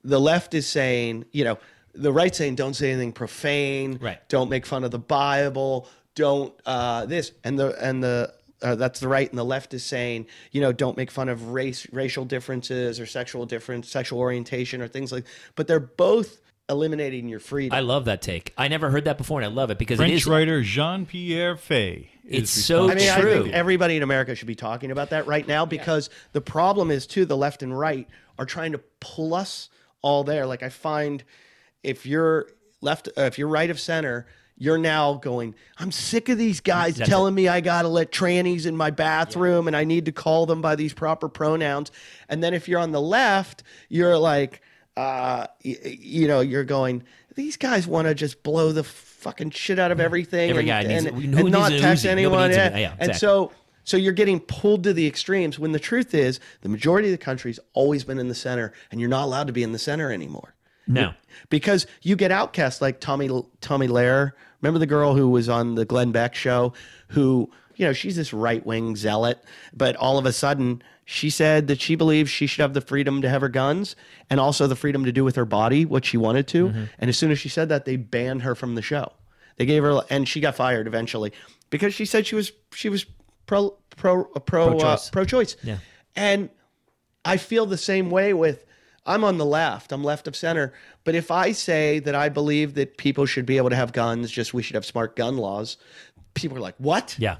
[SPEAKER 2] the left is saying, you know, the right saying, don't say anything profane,
[SPEAKER 1] Right.
[SPEAKER 2] Don't make fun of the Bible, don't uh, this, and the and the uh, that's the right, and the left is saying, you know, don't make fun of race, racial differences, or sexual difference, sexual orientation, or things like. But they're both eliminating your freedom.
[SPEAKER 1] I love that take. I never heard that before, and I love it because it
[SPEAKER 3] French
[SPEAKER 1] is.
[SPEAKER 3] writer Jean Pierre Fay.
[SPEAKER 1] It's so
[SPEAKER 2] I mean, I
[SPEAKER 1] True.
[SPEAKER 2] think everybody in America should be talking about that right now because the problem is too the left and right are trying to pull us all there. Like I find if you're left, uh, if you're right of center, you're now going. I'm sick of these guys telling me I gotta let trannies in my bathroom and I need to call them by these proper pronouns. And then if you're on the left, you're like, uh, y- y- you know, you're going. These guys want to just blow the fucking shit out of
[SPEAKER 1] Mm-hmm.
[SPEAKER 2] everything
[SPEAKER 1] Every
[SPEAKER 2] and,
[SPEAKER 1] guy needs-
[SPEAKER 2] and-
[SPEAKER 1] who
[SPEAKER 2] and
[SPEAKER 1] needs
[SPEAKER 2] not
[SPEAKER 1] an
[SPEAKER 2] tax
[SPEAKER 1] Uzi? Nobody
[SPEAKER 2] anyone.
[SPEAKER 1] needs
[SPEAKER 2] yeah.
[SPEAKER 1] an- yeah,
[SPEAKER 2] And
[SPEAKER 1] exactly.
[SPEAKER 2] so so you're getting pulled to the extremes when the truth is the majority of the country's always been in the center and you're not allowed to be in the center anymore
[SPEAKER 1] No.
[SPEAKER 2] because you get outcasts like Tommy Tommy Lair. Remember the girl who was on the Glenn Beck show, who you know she's this right wing zealot, but all of a sudden she said that she believes she should have the freedom to have her guns and also the freedom to do with her body what she wanted to. And as soon as she said that, they banned her from the show. They gave her and she got fired eventually because she said she was she was pro pro pro
[SPEAKER 1] Pro-choice.
[SPEAKER 2] Uh, pro choice. Yeah. And I feel the same way with I'm on the left, I'm left of center. But if I say that I believe that people should be able to have guns, just we should have smart gun laws, people are like, "What?
[SPEAKER 1] Yeah.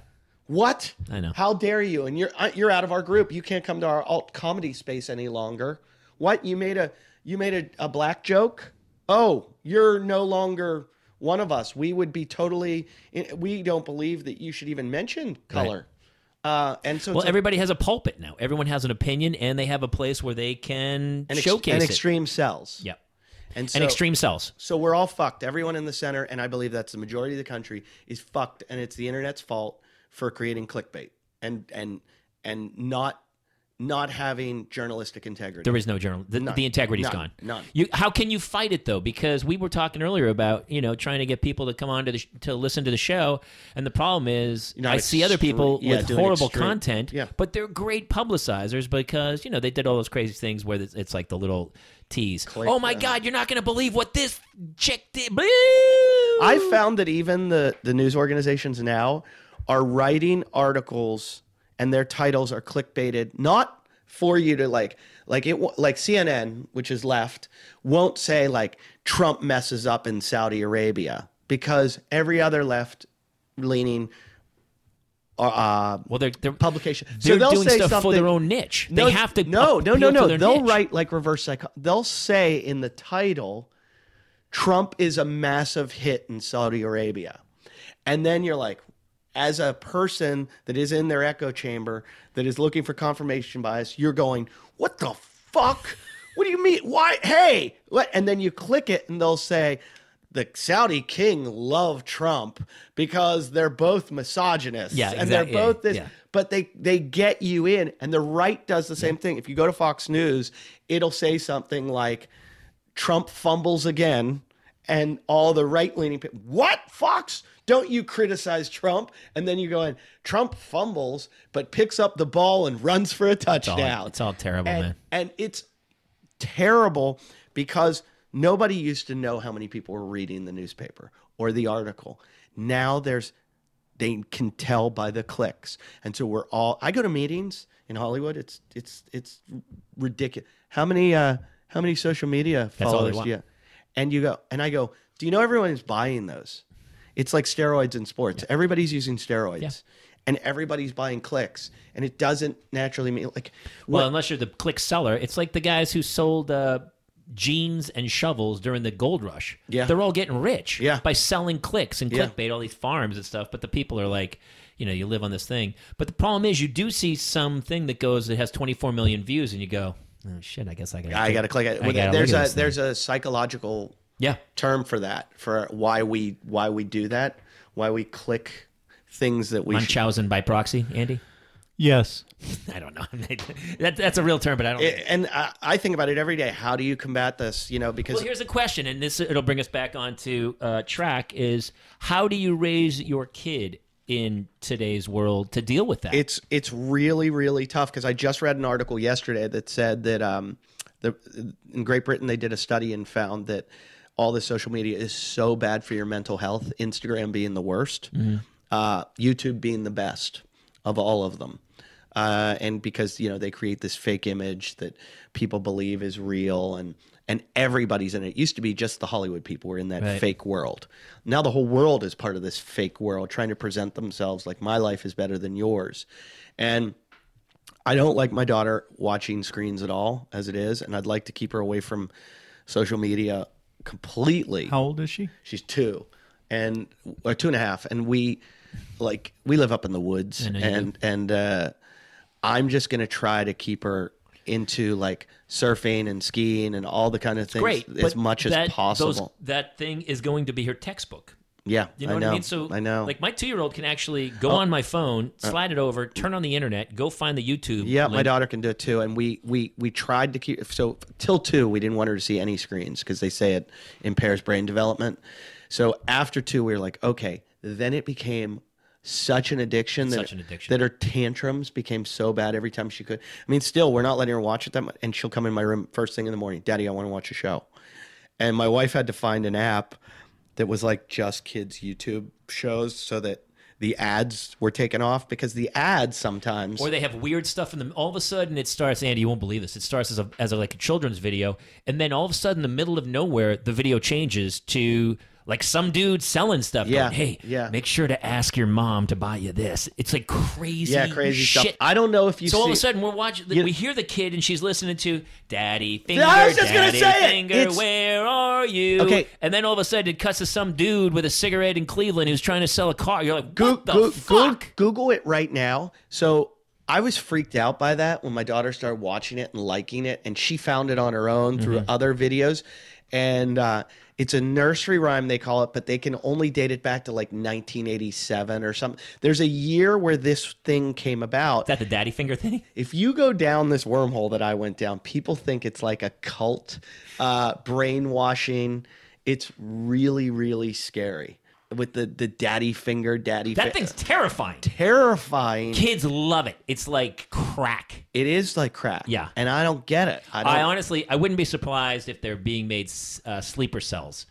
[SPEAKER 2] What?
[SPEAKER 1] I know.
[SPEAKER 2] How dare you? And you're uh, you're out of our group. You can't come to our alt comedy space any longer. What? You made a you made a, a black joke? Oh, you're no longer one of us. We would be totally. We don't believe that you should even mention color. Uh, and so it's
[SPEAKER 1] Well,
[SPEAKER 2] a-
[SPEAKER 1] everybody has a pulpit now. Everyone has an opinion, and they have a place where they can
[SPEAKER 2] an ex-
[SPEAKER 1] showcase
[SPEAKER 2] an
[SPEAKER 1] it.
[SPEAKER 2] extreme cells.
[SPEAKER 1] Yep.
[SPEAKER 2] And so,
[SPEAKER 1] And extreme sells.
[SPEAKER 2] So we're all fucked. Everyone in the center, and I believe that's the majority of the country, is fucked, and it's the internet's fault for creating clickbait and and and not not having journalistic integrity.
[SPEAKER 1] There is no journal. The, the integrity's
[SPEAKER 2] None.
[SPEAKER 1] gone.
[SPEAKER 2] None.
[SPEAKER 1] You, how can you fight it though? Because we were talking earlier about you know trying to get people to come on to the sh- to listen to the show, and the problem is
[SPEAKER 2] know,
[SPEAKER 1] I see other
[SPEAKER 2] extreme-
[SPEAKER 1] people
[SPEAKER 2] yeah,
[SPEAKER 1] with
[SPEAKER 2] doing
[SPEAKER 1] horrible
[SPEAKER 2] extreme-
[SPEAKER 1] content,
[SPEAKER 2] yeah.
[SPEAKER 1] but they're great publicizers because you know they did all those crazy things where it's, it's like the little tease. oh my God, you're not going to believe what this chick did. Boo!
[SPEAKER 2] I found that even the the news organizations now are writing articles and their titles are clickbaited, not for you to like like it wa- like CNN, which is left, won't say like Trump messes up in Saudi Arabia because every other left leaning uh,
[SPEAKER 1] well, they're they're
[SPEAKER 2] publication
[SPEAKER 1] They're
[SPEAKER 2] they'll
[SPEAKER 1] doing
[SPEAKER 2] say
[SPEAKER 1] stuff for
[SPEAKER 2] something-
[SPEAKER 1] their own niche.
[SPEAKER 2] no,
[SPEAKER 1] they have to
[SPEAKER 2] No, no, no,
[SPEAKER 1] appeal to
[SPEAKER 2] no.
[SPEAKER 1] their
[SPEAKER 2] They'll
[SPEAKER 1] niche.
[SPEAKER 2] write like reverse psycho. They'll say in the title, Trump is a massive hit in Saudi Arabia, and then you're like, as a person that is in their echo chamber that is looking for confirmation bias, you're going, what the fuck? What do you mean? Why? Hey, what? And then you click it, and they'll say. The Saudi king loved Trump because they're both misogynists.
[SPEAKER 1] Yeah,
[SPEAKER 2] And they're
[SPEAKER 1] exact- yeah,
[SPEAKER 2] both this
[SPEAKER 1] yeah.
[SPEAKER 2] but they they get you in and the right does the same thing if you go to fox news it'll say something like trump fumbles again and all the right-leaning people what fox don't you criticize trump and then you go in trump fumbles but picks up the ball and runs for a
[SPEAKER 1] It's
[SPEAKER 2] touchdown
[SPEAKER 1] all, Oh, it's all terrible,
[SPEAKER 2] and,
[SPEAKER 1] man.
[SPEAKER 2] and it's terrible because nobody used to know how many people were reading the newspaper or the article. Now there's they can tell by the clicks. And so we're all I go to meetings in Hollywood. It's it's it's ridiculous. How many uh how many social media
[SPEAKER 1] all they
[SPEAKER 2] followers
[SPEAKER 1] want.
[SPEAKER 2] do you and you go and I go, "Do you know everyone is buying those?" It's like steroids in sports. Everybody's using steroids. And everybody's buying clicks, and it doesn't naturally mean like
[SPEAKER 1] Well, unless you're the click seller, it's like the guys who sold uh, jeans and shovels during the gold rush.
[SPEAKER 2] Yeah.
[SPEAKER 1] they're all getting rich.
[SPEAKER 2] Yeah.
[SPEAKER 1] by selling clicks and
[SPEAKER 2] Yeah.
[SPEAKER 1] clickbait, all these farms and stuff. But the people are like, you know, you live on this thing. But the problem is, you do see something that goes that has 24 million views, and you go, oh, shit, I guess I got.
[SPEAKER 2] I gotta click it.
[SPEAKER 1] I gotta
[SPEAKER 2] there's
[SPEAKER 1] look at
[SPEAKER 2] a
[SPEAKER 1] this thing.
[SPEAKER 2] there's a psychological
[SPEAKER 1] Yeah,
[SPEAKER 2] term for that for why we why we do that, why we click things that we should.
[SPEAKER 1] Munchausen by proxy, Andy.
[SPEAKER 3] Yes.
[SPEAKER 1] I don't know. that, that's a real term, but I don't.
[SPEAKER 2] And I, I think about it every day. How do you combat this? You know, because
[SPEAKER 1] Well, here's a question, and this it'll bring us back onto uh, track: is how do you raise your kid in today's world to deal with that?
[SPEAKER 2] it's it's really really tough because I just read an article yesterday that said that um, the in Great Britain they did a study and found that all the social media is so bad for your mental health. Instagram being the worst,
[SPEAKER 1] Mm-hmm.
[SPEAKER 2] uh, YouTube being the best of all of them, uh, and because you know they create this fake image that people believe is real and. And everybody's in it. It used to be just the Hollywood people were in that
[SPEAKER 1] Right.
[SPEAKER 2] fake world. Now the whole world is part of this fake world, trying to present themselves like my life is better than yours. And I don't like my daughter watching screens at all as it is, and I'd like to keep her away from social media completely.
[SPEAKER 3] How old is she?
[SPEAKER 2] She's two and or two and a half, and we like we live up in the woods,
[SPEAKER 1] know you
[SPEAKER 2] and and uh, I'm just gonna try to keep her into like surfing and skiing and all the kind of things
[SPEAKER 1] great
[SPEAKER 2] as
[SPEAKER 1] but
[SPEAKER 2] much as
[SPEAKER 1] that- those-
[SPEAKER 2] possible.
[SPEAKER 1] that thing is going to be her textbook.
[SPEAKER 2] yeah,
[SPEAKER 1] You know
[SPEAKER 2] I
[SPEAKER 1] what
[SPEAKER 2] know.
[SPEAKER 1] I mean? So
[SPEAKER 2] I know. Oh. Uh.
[SPEAKER 1] like my two-year-old can actually go on my phone, slide it over, turn on the internet, go find the YouTube.
[SPEAKER 2] Yeah, my
[SPEAKER 1] link.
[SPEAKER 2] daughter can do it too, and we we we tried to keep so till two. We didn't want her to see any screens because they say it impairs brain development. So after two, we were like, okay. Then it became such an addiction that
[SPEAKER 1] Such an addiction.
[SPEAKER 2] that her tantrums became so bad every time she could. I mean, still we're not letting her watch it that much, and she'll come in my room first thing in the morning. Daddy, I want to watch a show, and my wife had to find an app that was like just kids YouTube shows so that. The ads were taken off because the ads sometimes
[SPEAKER 1] Or they have weird stuff in them. All of a sudden, it starts. Andy, you won't believe this. It starts as a as a, like a children's video, and then all of a sudden, the middle of nowhere, the video changes to like some dude selling stuff.
[SPEAKER 2] Yeah,
[SPEAKER 1] going, hey,
[SPEAKER 2] yeah.
[SPEAKER 1] make sure to ask your mom to buy you this. It's like crazy.
[SPEAKER 2] yeah, crazy
[SPEAKER 1] shit.
[SPEAKER 2] stuff. I don't know if you.
[SPEAKER 1] so
[SPEAKER 2] see,
[SPEAKER 1] all of a sudden we're watching.
[SPEAKER 2] You-
[SPEAKER 1] we hear the kid and she's listening to "Daddy Finger,
[SPEAKER 2] I was just gonna
[SPEAKER 1] Daddy
[SPEAKER 2] say it.
[SPEAKER 1] Finger,
[SPEAKER 2] It's-
[SPEAKER 1] where are you?"
[SPEAKER 2] Okay.
[SPEAKER 1] and then all of a sudden it cuts to some dude with a cigarette in Cleveland who's trying to sell a car. You're like, "What
[SPEAKER 2] Goo-
[SPEAKER 1] the
[SPEAKER 2] goo-
[SPEAKER 1] fuck?"
[SPEAKER 2] goo- Google it right now. So I was freaked out by that when my daughter started watching it and liking it, and she found it on her own through
[SPEAKER 1] Mm-hmm.
[SPEAKER 2] other videos. And uh, it's a nursery rhyme they call it, but they can only date it back to like 1987 or something. There's a year where this thing came about.
[SPEAKER 1] Is that the Daddy Finger thing?
[SPEAKER 2] if you go down this wormhole that I went down, people think it's like a cult, uh, brainwashing. It's really, really scary with the the daddy finger, daddy.
[SPEAKER 1] That
[SPEAKER 2] fi-
[SPEAKER 1] thing's terrifying.
[SPEAKER 2] terrifying.
[SPEAKER 1] Kids love it. It's like crack.
[SPEAKER 2] It is like crap.
[SPEAKER 1] Yeah.
[SPEAKER 2] and I don't get it. I don't.
[SPEAKER 1] I honestly, I wouldn't be surprised if they're being made s- uh, sleeper cells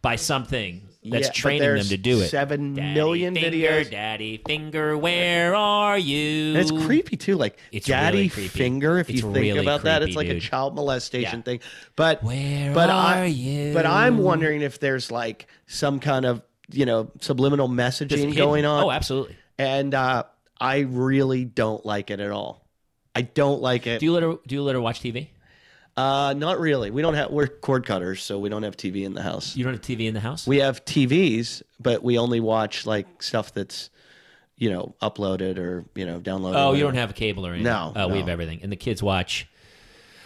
[SPEAKER 1] by something that's
[SPEAKER 2] Yeah, but
[SPEAKER 1] training them
[SPEAKER 2] there's
[SPEAKER 1] to do it.
[SPEAKER 2] seven
[SPEAKER 1] Daddy
[SPEAKER 2] million
[SPEAKER 1] finger,
[SPEAKER 2] videos.
[SPEAKER 1] Daddy Finger, where are you?
[SPEAKER 2] and it's creepy too, like
[SPEAKER 1] It's
[SPEAKER 2] daddy
[SPEAKER 1] really creepy.
[SPEAKER 2] finger. If
[SPEAKER 1] It's
[SPEAKER 2] you think
[SPEAKER 1] really
[SPEAKER 2] about that,
[SPEAKER 1] creepy,
[SPEAKER 2] it's like
[SPEAKER 1] dude.
[SPEAKER 2] a child molestation
[SPEAKER 1] Yeah.
[SPEAKER 2] thing. But
[SPEAKER 1] Where
[SPEAKER 2] but
[SPEAKER 1] are
[SPEAKER 2] I,
[SPEAKER 1] you?
[SPEAKER 2] But I'm wondering if there's like some kind of you know subliminal messaging
[SPEAKER 1] Just hidden.
[SPEAKER 2] going on.
[SPEAKER 1] Oh, absolutely.
[SPEAKER 2] and uh, I really don't like it at all. I don't like it.
[SPEAKER 1] Do you let her? Do you let her watch TV?
[SPEAKER 2] uh, not really. We don't have. We're cord cutters, so we don't have TV in the house.
[SPEAKER 1] You don't have TV in the house.
[SPEAKER 2] we have TVs, but we only watch like stuff that's you know uploaded or you know downloaded.
[SPEAKER 1] oh, you don't have a cable or anything.
[SPEAKER 2] No,
[SPEAKER 1] oh, we
[SPEAKER 2] no.
[SPEAKER 1] have everything, and the kids watch.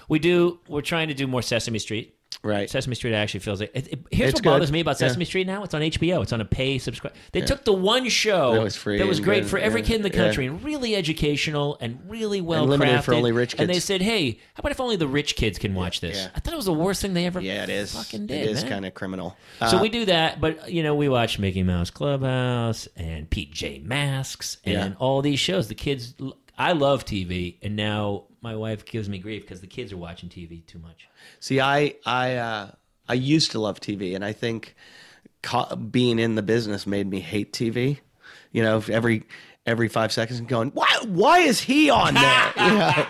[SPEAKER 1] We do. We're trying to do more Sesame Street.
[SPEAKER 2] right.
[SPEAKER 1] Sesame Street actually feels like. It, it- here's
[SPEAKER 2] It's
[SPEAKER 1] what bothers
[SPEAKER 2] good.
[SPEAKER 1] me about
[SPEAKER 2] Yeah.
[SPEAKER 1] Sesame Street now. It's on HBO. It's on a pay subscribe. They took the one show
[SPEAKER 2] That was free
[SPEAKER 1] that was
[SPEAKER 2] and
[SPEAKER 1] great
[SPEAKER 2] good,
[SPEAKER 1] for every
[SPEAKER 2] yeah,
[SPEAKER 1] kid in the
[SPEAKER 2] yeah.
[SPEAKER 1] country and really educational and really well crafted.
[SPEAKER 2] limited for only rich
[SPEAKER 1] And they
[SPEAKER 2] kids.
[SPEAKER 1] said, "Hey, how about if only the rich kids can watch this?"
[SPEAKER 2] yeah.
[SPEAKER 1] I thought it was the worst thing they ever.
[SPEAKER 2] Yeah, it is.
[SPEAKER 1] Fucking did.
[SPEAKER 2] it is
[SPEAKER 1] man.
[SPEAKER 2] kind of criminal.
[SPEAKER 1] So
[SPEAKER 2] Uh,
[SPEAKER 1] we do that, but you know, we watch Mickey Mouse Clubhouse and Pete J Masks and
[SPEAKER 2] Yeah.
[SPEAKER 1] all these shows. The kids, I love TV, and now my wife gives me grief because the kids are watching TV too much.
[SPEAKER 2] see, I I uh, I used to love TV, and I think co- being in the business made me hate TV you know, every every five seconds and going, why why is he on there? You know?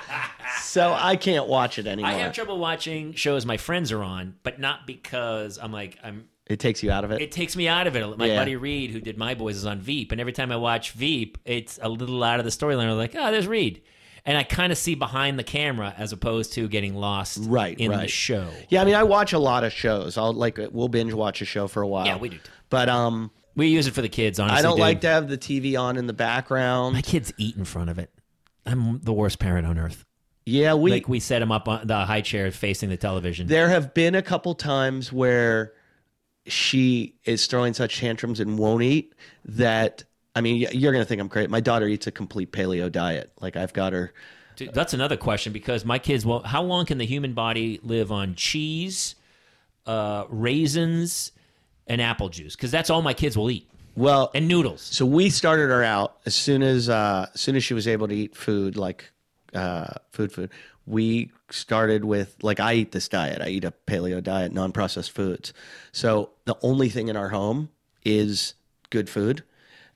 [SPEAKER 2] So I can't watch it anymore.
[SPEAKER 1] I have trouble watching shows my friends are on, but not because I'm like I'm.
[SPEAKER 2] it takes you out of it.
[SPEAKER 1] It takes me out of it. My
[SPEAKER 2] Yeah.
[SPEAKER 1] buddy Reed, who did My Boys, is on Veep, and every time I watch Veep, it's a little out of the storyline. I'm like, oh, there's Reed, and I kind of see behind the camera as opposed to getting lost
[SPEAKER 2] Right,
[SPEAKER 1] in the
[SPEAKER 2] right.
[SPEAKER 1] show.
[SPEAKER 2] yeah, I mean, I watch a lot of shows. I'll like we'll binge watch a show for a while.
[SPEAKER 1] Yeah, we do.
[SPEAKER 2] But um,
[SPEAKER 1] We use it for the kids. Honestly,
[SPEAKER 2] I don't
[SPEAKER 1] dude.
[SPEAKER 2] like to have the TV on in the background.
[SPEAKER 1] My kids eat in front of it. I'm the worst parent on earth.
[SPEAKER 2] yeah, we
[SPEAKER 1] like we set him up on the high chair facing the television.
[SPEAKER 2] There have been a couple times where she is throwing such tantrums and won't eat that I mean, y- you're gonna think I'm crazy. My daughter eats a complete paleo diet. Like I've got her.
[SPEAKER 1] Dude, that's another question because my kids will. How long can the human body live on cheese, uh, raisins, and apple juice? Because that's all my kids will eat,
[SPEAKER 2] Well,
[SPEAKER 1] and noodles.
[SPEAKER 2] so we started her out as soon as uh, as soon as she was able to eat food, like uh, food, food. We started with like I eat this diet. I eat a paleo diet, non-processed foods. So the only thing in our home is good food,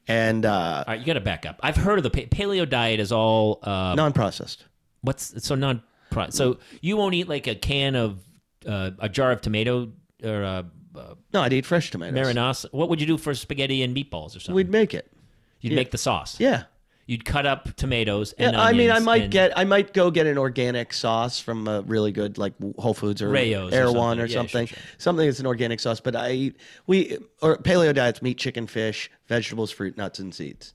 [SPEAKER 2] and
[SPEAKER 1] All
[SPEAKER 2] uh,
[SPEAKER 1] right, you got to back up. I've heard of the pa- paleo diet is all uh,
[SPEAKER 2] non-processed.
[SPEAKER 1] what's so non. pro- So you won't eat like a can of uh, a jar of tomato or uh, uh,
[SPEAKER 2] No, I'd eat fresh tomatoes.
[SPEAKER 1] marinara. What would you do for spaghetti and meatballs or something?
[SPEAKER 2] We'd make it.
[SPEAKER 1] You'd make the sauce.
[SPEAKER 2] Yeah.
[SPEAKER 1] You'd cut up tomatoes.
[SPEAKER 2] Yeah,
[SPEAKER 1] And
[SPEAKER 2] I mean, I
[SPEAKER 1] onions
[SPEAKER 2] might
[SPEAKER 1] and-
[SPEAKER 2] get, I might go get an organic sauce from a really good like Whole Foods or
[SPEAKER 1] Rayo's or
[SPEAKER 2] Erewhon
[SPEAKER 1] something.
[SPEAKER 2] or something,
[SPEAKER 1] Yeah, sure, sure.
[SPEAKER 2] something that's an organic sauce. But I eat we or paleo diets: meat, chicken, fish, vegetables, fruit, nuts, and seeds.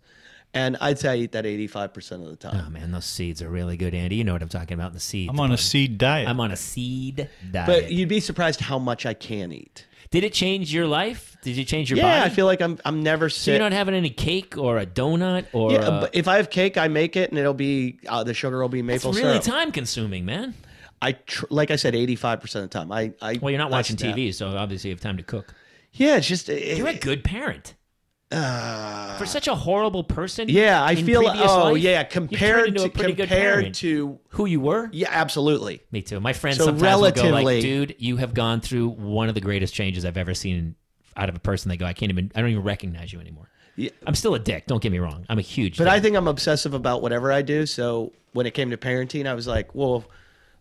[SPEAKER 2] And I'd say I eat that eighty-five percent of the time.
[SPEAKER 1] Oh man, those seeds are really good, Andy. You know what I'm talking about. The seeds.
[SPEAKER 3] I'm on a seed diet.
[SPEAKER 1] I'm on a seed diet.
[SPEAKER 2] but you'd be surprised how much I can eat.
[SPEAKER 1] Did it change your life? Did you change your
[SPEAKER 2] yeah,
[SPEAKER 1] body?
[SPEAKER 2] I feel like I'm, I'm never
[SPEAKER 1] so you're
[SPEAKER 2] sick.
[SPEAKER 1] not having any cake or a donut or.
[SPEAKER 2] yeah,
[SPEAKER 1] uh,
[SPEAKER 2] but if I have cake, I make it, and it'll be uh, the sugar will be
[SPEAKER 1] it's
[SPEAKER 2] maple
[SPEAKER 1] really
[SPEAKER 2] syrup.
[SPEAKER 1] time consuming, man.
[SPEAKER 2] I tr- like I said, eighty-five percent of the time. I, I
[SPEAKER 1] Well, you're not
[SPEAKER 2] I
[SPEAKER 1] watching
[SPEAKER 2] snap.
[SPEAKER 1] TV, so obviously you have time to cook.
[SPEAKER 2] Yeah, it's just it-
[SPEAKER 1] You're a good parent. For such a horrible person.
[SPEAKER 2] Yeah, I
[SPEAKER 1] in
[SPEAKER 2] feel.
[SPEAKER 1] previous
[SPEAKER 2] Oh,
[SPEAKER 1] life,
[SPEAKER 2] yeah.
[SPEAKER 1] you turned
[SPEAKER 2] Compared
[SPEAKER 1] into
[SPEAKER 2] to
[SPEAKER 1] a pretty good
[SPEAKER 2] compared
[SPEAKER 1] parent.
[SPEAKER 2] to
[SPEAKER 1] who you were.
[SPEAKER 2] yeah, absolutely.
[SPEAKER 1] Me too. My friends
[SPEAKER 2] So
[SPEAKER 1] sometimes will go
[SPEAKER 2] relatively-
[SPEAKER 1] like, "Dude, you have gone through one of the greatest changes I've ever seen out of a person." They go, "I can't even. I don't even recognize you anymore."
[SPEAKER 2] Yeah.
[SPEAKER 1] I'm still a dick. Don't get me wrong. I'm a huge.
[SPEAKER 2] But
[SPEAKER 1] dick.
[SPEAKER 2] I think I'm obsessive about whatever I do. So when it came to parenting, I was like, well,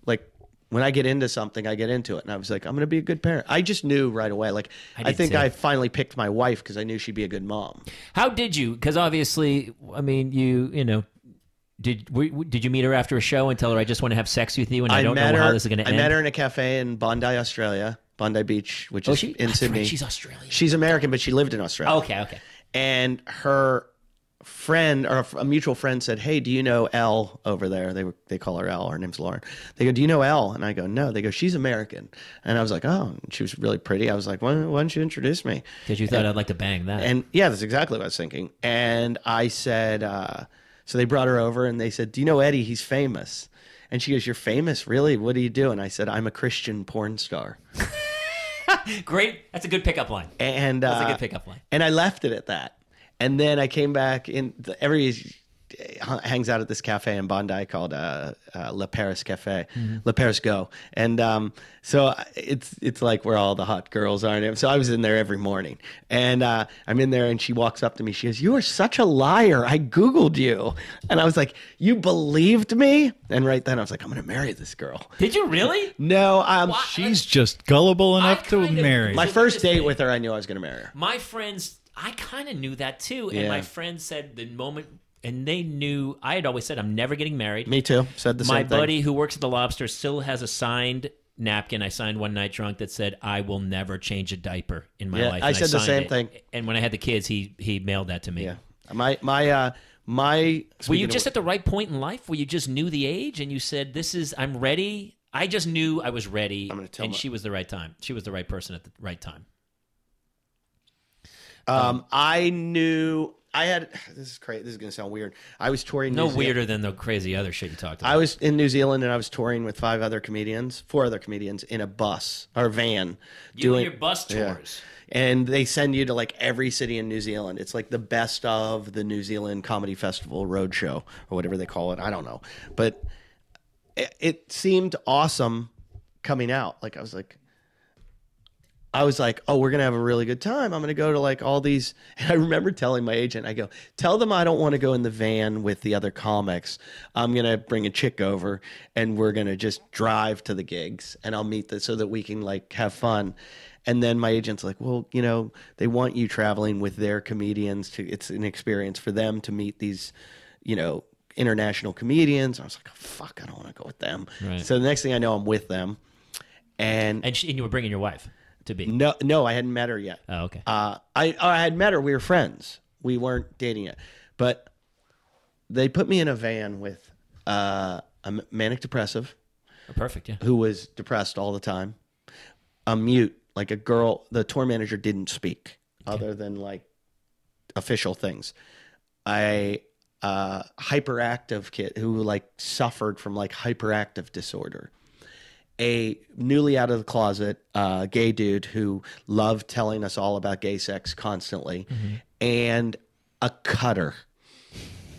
[SPEAKER 2] like when I get into something, I get into it, and I was like, I'm gonna be a good parent. I just knew right away. Like
[SPEAKER 1] I
[SPEAKER 2] I,
[SPEAKER 1] did
[SPEAKER 2] think
[SPEAKER 1] too.
[SPEAKER 2] I finally picked my wife because I knew she'd be a good mom.
[SPEAKER 1] How did you? Because obviously, I mean, you you know, did were, did you meet her after a show and tell her I just want to have sex with you and I, don't know
[SPEAKER 2] met her.
[SPEAKER 1] how this is going to
[SPEAKER 2] I
[SPEAKER 1] end?
[SPEAKER 2] met her in a cafe in Bondi, Australia, Bondi Beach, which
[SPEAKER 1] Oh,
[SPEAKER 2] is
[SPEAKER 1] she,
[SPEAKER 2] in
[SPEAKER 1] that's
[SPEAKER 2] Sydney.
[SPEAKER 1] right, she's Australian.
[SPEAKER 2] She's American, but she lived in Australia.
[SPEAKER 1] okay, okay.
[SPEAKER 2] and her friend or a mutual friend said, "Hey, do you know L over there? They were, they call her L. Her name's Lauren. They go, do you know L?" And I go, "No." They go, "She's American." And I was like, "Oh." And she was really pretty. I was like, "Why, why don't you introduce me?"
[SPEAKER 1] Because you thought I'd like to bang that.
[SPEAKER 2] And yeah, that's exactly what I was thinking. And I said, uh, so they brought her over and they said, "Do you know Eddie? He's famous." And she goes, "You're famous, really? What do you do?" And I said, "I'm a Christian porn star."
[SPEAKER 1] Great. That's a good pickup line.
[SPEAKER 2] And
[SPEAKER 1] That's
[SPEAKER 2] uh,
[SPEAKER 1] a good pickup line.
[SPEAKER 2] and I left it at that. And then I came back in. The, every h- hangs out at this cafe in Bondi called uh, uh, La Paris Cafe, La Paris Go, and um, so I- it's it's like where all the hot girls are. And so I was in there every morning, and uh, I'm in there, and she walks up to me. She goes, "You are such a liar. I googled you," and I was like, "You believed me?" And right then I was like, "I'm going to marry this girl."
[SPEAKER 1] Did you really?
[SPEAKER 2] No, um,
[SPEAKER 1] Why-
[SPEAKER 3] She's just gullible
[SPEAKER 1] I
[SPEAKER 3] enough to
[SPEAKER 1] kind of-
[SPEAKER 3] marry.
[SPEAKER 2] my
[SPEAKER 1] So
[SPEAKER 2] first
[SPEAKER 1] here's the
[SPEAKER 2] date
[SPEAKER 1] thing.
[SPEAKER 2] with her, I knew I was going to marry her.
[SPEAKER 1] my friends i kind of knew that too and
[SPEAKER 2] Yeah.
[SPEAKER 1] my friends said the moment and they knew i had always said i'm never getting married
[SPEAKER 2] Me too. Said the
[SPEAKER 1] my
[SPEAKER 2] same thing.
[SPEAKER 1] buddy who works at the lobster still has a signed napkin i signed one night drunk that said i will never change a diaper in my
[SPEAKER 2] Yeah,
[SPEAKER 1] life
[SPEAKER 2] I
[SPEAKER 1] and
[SPEAKER 2] said the
[SPEAKER 1] signed
[SPEAKER 2] same
[SPEAKER 1] it.
[SPEAKER 2] thing.
[SPEAKER 1] and when i had the kids he he mailed that to me
[SPEAKER 2] Yeah. My my uh my
[SPEAKER 1] were
[SPEAKER 2] speaking
[SPEAKER 1] you
[SPEAKER 2] of-
[SPEAKER 1] just at the right point in life where you just knew the age and you said this is i'm ready i just knew i was ready
[SPEAKER 2] gonna tell
[SPEAKER 1] and
[SPEAKER 2] my-
[SPEAKER 1] she was the right time she was the right person at the right time
[SPEAKER 2] um I knew I had this is crazy this is going to sound weird. I was touring
[SPEAKER 1] no
[SPEAKER 2] New Zeal-
[SPEAKER 1] weirder than the crazy other shit you talked about
[SPEAKER 2] I was in New Zealand and I was touring with five other comedians, four other comedians in a bus or van
[SPEAKER 1] you
[SPEAKER 2] doing
[SPEAKER 1] and your bus
[SPEAKER 2] Yeah.
[SPEAKER 1] tours
[SPEAKER 2] And they send you to like every city in New Zealand. It's like the best of the New Zealand Comedy Festival Roadshow or whatever they call it. I don't know. But it, it seemed awesome coming out. Like I was like, I was like, oh, we're gonna have a really good time. I'm gonna go to like all these. And I remember telling my agent, I go, tell them I don't want to go in the van with the other comics. I'm gonna bring a chick over, and we're gonna just drive to the gigs, and I'll meet them so that we can like have fun. And then my agent's like, well, you know, they want you traveling with their comedians to. It's an experience for them to meet these, you know, international comedians. I was like, oh, fuck, I don't want to go with them.
[SPEAKER 1] Right.
[SPEAKER 2] So the next thing I know, I'm with them, and
[SPEAKER 1] And, she, and you were bringing your wife to be.
[SPEAKER 2] no, no, I hadn't met her yet.
[SPEAKER 1] Oh, okay.
[SPEAKER 2] Mm. Uh, I I had met her. We were friends. We weren't dating yet, but they put me in a van with uh, a manic depressive
[SPEAKER 1] Perfect. Yeah.
[SPEAKER 2] who was depressed all the time, a mute, like a girl. The tour manager didn't speak other than like official things. I uh, hyperactive kid who like suffered from like hyperactive disorder. A newly out of the closet uh, gay dude who loved telling us all about gay sex constantly, and a cutter.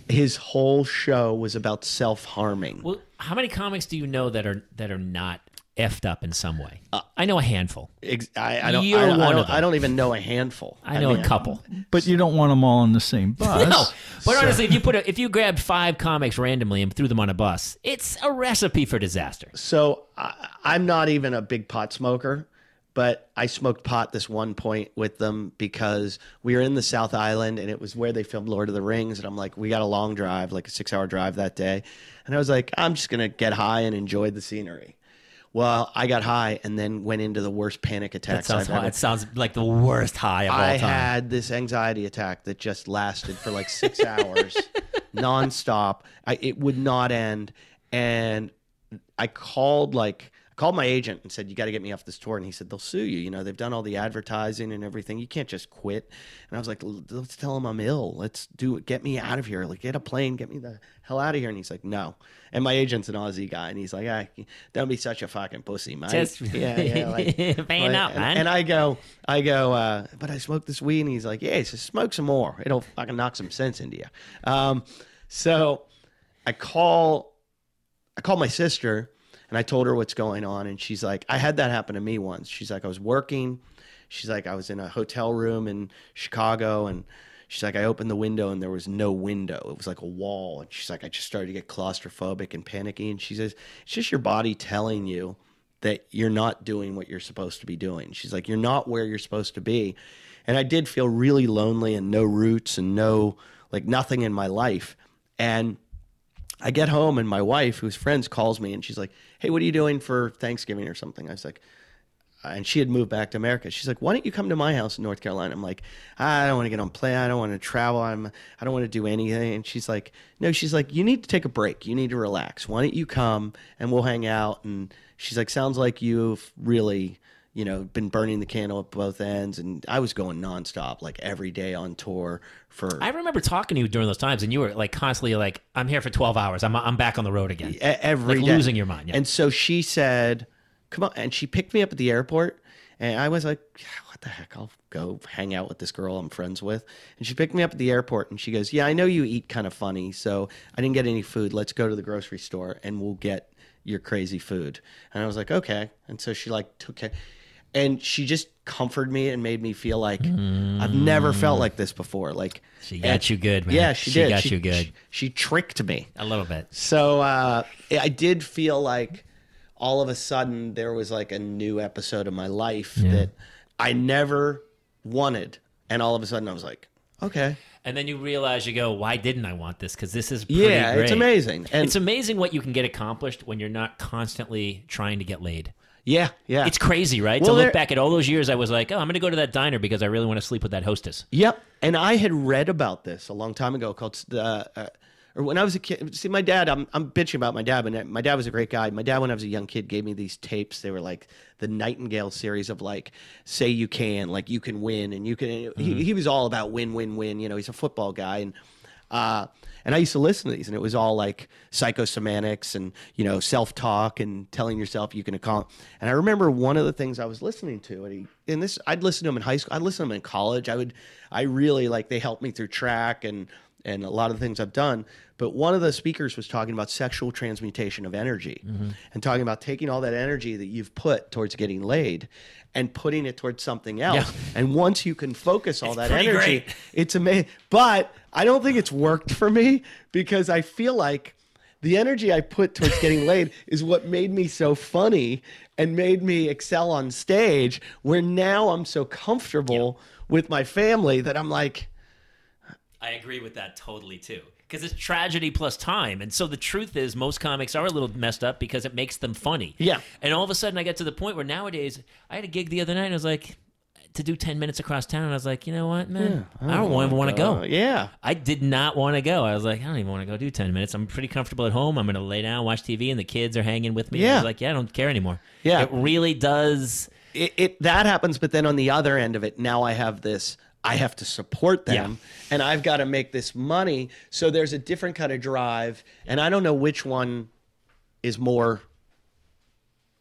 [SPEAKER 2] His whole show was about self harming.
[SPEAKER 1] Well, how many comics do you know that are that are not effed up in some way? I know a handful.
[SPEAKER 2] Ex- I, I don't.
[SPEAKER 1] You're
[SPEAKER 2] I, don't- I
[SPEAKER 1] one of
[SPEAKER 2] don't,
[SPEAKER 1] them.
[SPEAKER 2] I don't even know a handful.
[SPEAKER 1] I know
[SPEAKER 2] mean,
[SPEAKER 1] a couple.
[SPEAKER 3] But you don't want them all in the same bus.
[SPEAKER 1] No, but honestly, if you put a, if you grabbed five comics randomly and threw them on a bus, it's a recipe for disaster.
[SPEAKER 2] So I, I'm not even a big pot smoker, but I smoked pot this one point with them because we were in the South Island and it was where they filmed Lord of the Rings. And I'm like, we got a long drive, like a six hour drive that day. And I was like, I'm just gonna get high and enjoy the scenery. Well, I got high and then went into the worst panic
[SPEAKER 1] That
[SPEAKER 2] attacks
[SPEAKER 1] sounds
[SPEAKER 2] I've
[SPEAKER 1] high.
[SPEAKER 2] ever
[SPEAKER 1] It sounds like the worst high of all
[SPEAKER 2] I
[SPEAKER 1] time.
[SPEAKER 2] had this anxiety attack that just lasted for like six hours, nonstop. I, it would not end, and I called like I called my agent and said, "You got to get me off this tour." And he said, "They'll sue you. You know, they've done all the advertising and everything. You can't just quit." And I was like, "L- "Let's tell them I'm ill. Let's do it. Get me out of here. Like, get a plane. Get me the hell out of here." And he's like, "No." And my agent's an Aussie guy, and he's like, ah, "Don't be such a fucking pussy, mate."
[SPEAKER 1] Just
[SPEAKER 2] yeah, yeah, like-
[SPEAKER 1] fan
[SPEAKER 2] like,
[SPEAKER 1] up,
[SPEAKER 2] and,
[SPEAKER 1] man.
[SPEAKER 2] and I go, I go, uh, but I smoked this weed, and he's like, yeah, he says, smoke some more. It'll fucking knock some sense into you. Um, so I call, I call my sister, and I told her what's going on, and she's like, I had that happen to me once. She's like, I was working. She's like, I was in a hotel room in Chicago, and she's like, I opened the window, and there was no window. It was like a wall, and she's like, I just started to get claustrophobic and panicky, and she says, it's just your body telling you that you're not doing what you're supposed to be doing. She's like, you're not where you're supposed to be. And I did feel really lonely and no roots and no, like nothing in my life. And I get home and my wife, who's friends, calls me and she's like, hey, what are you doing for Thanksgiving or something? I was like, and she had moved back to America. She's like, "Why don't you come to my house in North Carolina?" I'm like, "I don't want to get on plane. I don't want to travel. I'm I don't want to do anything." And she's like, "No, she's like, you need to take a break. You need to relax. Why don't you come and we'll hang out?" And she's like, "Sounds like you've really, you know, been burning the candle at both ends." And I was going nonstop, like every day on tour for
[SPEAKER 1] I remember talking to you during those times, and you were like constantly like, "I'm here for 12 hours. I'm I'm back on the road again."
[SPEAKER 2] e- every
[SPEAKER 1] Like
[SPEAKER 2] day.
[SPEAKER 1] losing your mind, yeah.
[SPEAKER 2] And so she said, "Come on!" And she picked me up at the airport, and I was like, "What the heck? I'll go hang out with this girl I'm friends with." And she picked me up at the airport, and she goes, "Yeah, I know you eat kind of funny, so I didn't get any food. Let's go to the grocery store, and we'll get your crazy food." And I was like, "Okay." And so she like took care. And she just comforted me and made me feel like I've never felt like this before. Like
[SPEAKER 1] Mm. She got you good, man.
[SPEAKER 2] Yeah, she,
[SPEAKER 1] She
[SPEAKER 2] did.
[SPEAKER 1] got you good.
[SPEAKER 2] She, she tricked me.
[SPEAKER 1] A little bit.
[SPEAKER 2] So uh, I did feel like all of a sudden there was like a new episode of my life that I never wanted, and all of a sudden I was like, okay,
[SPEAKER 1] And then you realize you go, "Why didn't I want this? Because this is pretty
[SPEAKER 2] yeah,
[SPEAKER 1] great.
[SPEAKER 2] it's amazing, and
[SPEAKER 1] It's amazing what you can get accomplished when you're not constantly trying to get laid.
[SPEAKER 2] yeah, yeah,
[SPEAKER 1] It's crazy, right?
[SPEAKER 2] Well,
[SPEAKER 1] to look
[SPEAKER 2] there-
[SPEAKER 1] back at all those years, I was like, oh, I'm going to go to that diner because I really want to sleep with that hostess.
[SPEAKER 2] Yep. And I had read about this a long time ago called uh, uh, or when I was a kid. See, my dad, I'm, I'm bitching about my dad, but my dad was a great guy. My dad, when I was a young kid, gave me these tapes. They were like the Nightingale series of like, say you can, like you can win, and you can. He, he was all about win, win, win. You know, he's a football guy, and uh, and I used to listen to these, and it was all like psychosemantics and you know self talk and telling yourself you can accomplish. And I remember one of the things I was listening to, and, he, and this I'd listen to him in high school, I'd listen to him in college. I would, I really like they helped me through track and and a lot of the things I've done. But one of the speakers was talking about sexual transmutation of energy
[SPEAKER 1] Mm-hmm.
[SPEAKER 2] and talking about taking all that energy that you've put towards getting laid and putting it towards something else. And once you can focus all that
[SPEAKER 1] pretty
[SPEAKER 2] energy,
[SPEAKER 1] great.
[SPEAKER 2] it's amazing. But I don't think it's worked for me because I feel like the energy I put towards getting laid is what made me so funny and made me excel on stage. Where now I'm so comfortable with my family that I'm like,
[SPEAKER 1] I agree with that totally too. Because it's tragedy plus time. And so the truth is, most comics are a little messed up because it makes them funny.
[SPEAKER 2] Yeah.
[SPEAKER 1] And all of a sudden, I got to the point where nowadays, I had a gig the other night and I was like, to do 10 minutes across town. And I was like, you know what, man? I don't even want to go.
[SPEAKER 2] uh, yeah,
[SPEAKER 1] I did not want to go. I was like, I don't even want to go do 10 minutes. I'm pretty comfortable at home. I'm going to lay down, watch TV, and the kids are hanging with me. And I
[SPEAKER 2] Yeah.
[SPEAKER 1] was like, yeah, I don't care anymore.
[SPEAKER 2] Yeah.
[SPEAKER 1] It really does.
[SPEAKER 2] it, it that happens. But then on the other end of it, now I have this. I have to support them, and I've got to make this money. So there's a different kind of drive, and I don't know which one is more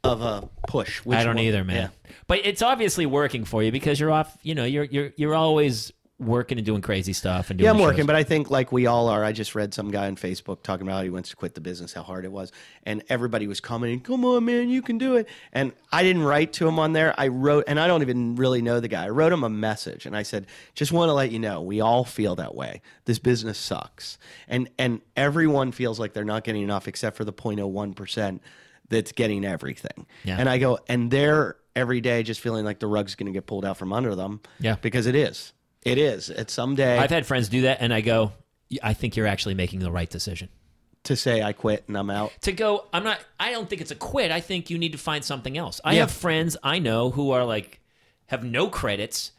[SPEAKER 2] of a push. Which
[SPEAKER 1] I don't
[SPEAKER 2] one-
[SPEAKER 1] either, man. But it's obviously working for you because you're off. You know, you're you're you're always working and doing crazy stuff and doing.
[SPEAKER 2] Yeah, I'm
[SPEAKER 1] shows.
[SPEAKER 2] working, but I think like we all are. I just read some guy on Facebook talking about how he wants to quit the business, how hard it was, and everybody was commenting, "Come on, man, you can do it." And I didn't write to him on there. I wrote, and I don't even really know the guy. I wrote him a message, and I said, "Just want to let you know, we all feel that way. This business sucks, and and everyone feels like they're not getting enough, except for the 0.01 percent that's getting everything."
[SPEAKER 1] Yeah.
[SPEAKER 2] And I go, and they're every day just feeling like the rug's going to get pulled out from under them.
[SPEAKER 1] Yeah.
[SPEAKER 2] because it is. It is. It's someday.
[SPEAKER 1] I've had friends do that, and I go, "Y- I think you're actually making the right decision.
[SPEAKER 2] to say I quit and I'm out.
[SPEAKER 1] To go, I'm not. I don't think it's a quit. I think you need to find something else. I
[SPEAKER 2] Yeah.
[SPEAKER 1] have friends I know who are like have no credits.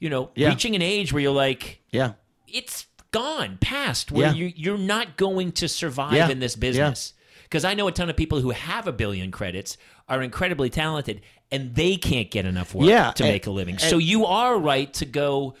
[SPEAKER 1] You know,
[SPEAKER 2] Yeah.
[SPEAKER 1] reaching an age where you're like,
[SPEAKER 2] Yeah.
[SPEAKER 1] it's gone past where
[SPEAKER 2] Yeah.
[SPEAKER 1] you, you're not going to survive
[SPEAKER 2] Yeah.
[SPEAKER 1] in this business. Because I know a ton of people who have a billion credits are incredibly talented and they can't get enough work
[SPEAKER 2] Yeah,
[SPEAKER 1] to
[SPEAKER 2] and-
[SPEAKER 1] make a living. so you are right to go.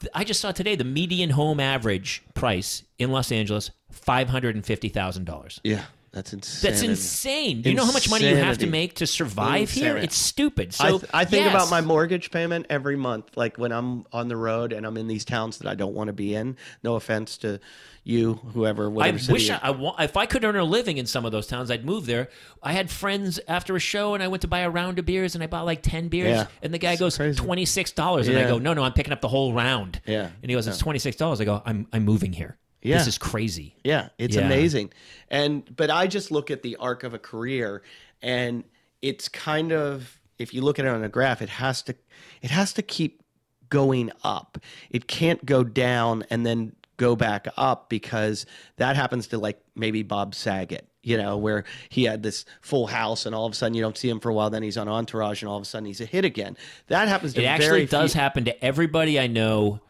[SPEAKER 1] th- I just saw today the median home average price in Los Angeles five hundred and fifty thousand dollars.
[SPEAKER 2] Yeah. That's insane.
[SPEAKER 1] That's insane. Do you know how much money you have to
[SPEAKER 2] Insanity.
[SPEAKER 1] make to survive here?
[SPEAKER 2] Insanity.
[SPEAKER 1] It's stupid. So
[SPEAKER 2] I, th- I think
[SPEAKER 1] yes.
[SPEAKER 2] about my mortgage payment every month. Like when I'm on the road and I'm in these towns that I don't want to be in. No offense to you, whoever.
[SPEAKER 1] I
[SPEAKER 2] Whatever city
[SPEAKER 1] wish
[SPEAKER 2] you're-
[SPEAKER 1] I, I wa- if I could earn a living in some of those towns, I'd move there. I had friends after a show, and I went to buy a round of beers, and I bought like ten beers,
[SPEAKER 2] Yeah.
[SPEAKER 1] and the guy goes
[SPEAKER 2] crazy.
[SPEAKER 1] twenty six dollars, and I
[SPEAKER 2] Yeah.
[SPEAKER 1] go, no, no, I'm picking up the whole round.
[SPEAKER 2] Yeah.
[SPEAKER 1] and he goes, it's twenty six dollars. I go, I'm I'm moving here.
[SPEAKER 2] Yeah.
[SPEAKER 1] this is crazy.
[SPEAKER 2] Yeah, it's
[SPEAKER 1] Yeah.
[SPEAKER 2] amazing. And but I just look at the arc of a career and it's kind of if you look at it on a graph, it has to it has to keep going up. It can't go down and then go back up because that happens to like maybe Bob Saget, you know, where he had this full house and all of a sudden you don't see him for a while, then he's on Entourage and all of a sudden he's a hit again. That happens to
[SPEAKER 1] It
[SPEAKER 2] very
[SPEAKER 1] actually does
[SPEAKER 2] few-
[SPEAKER 1] happen to everybody I know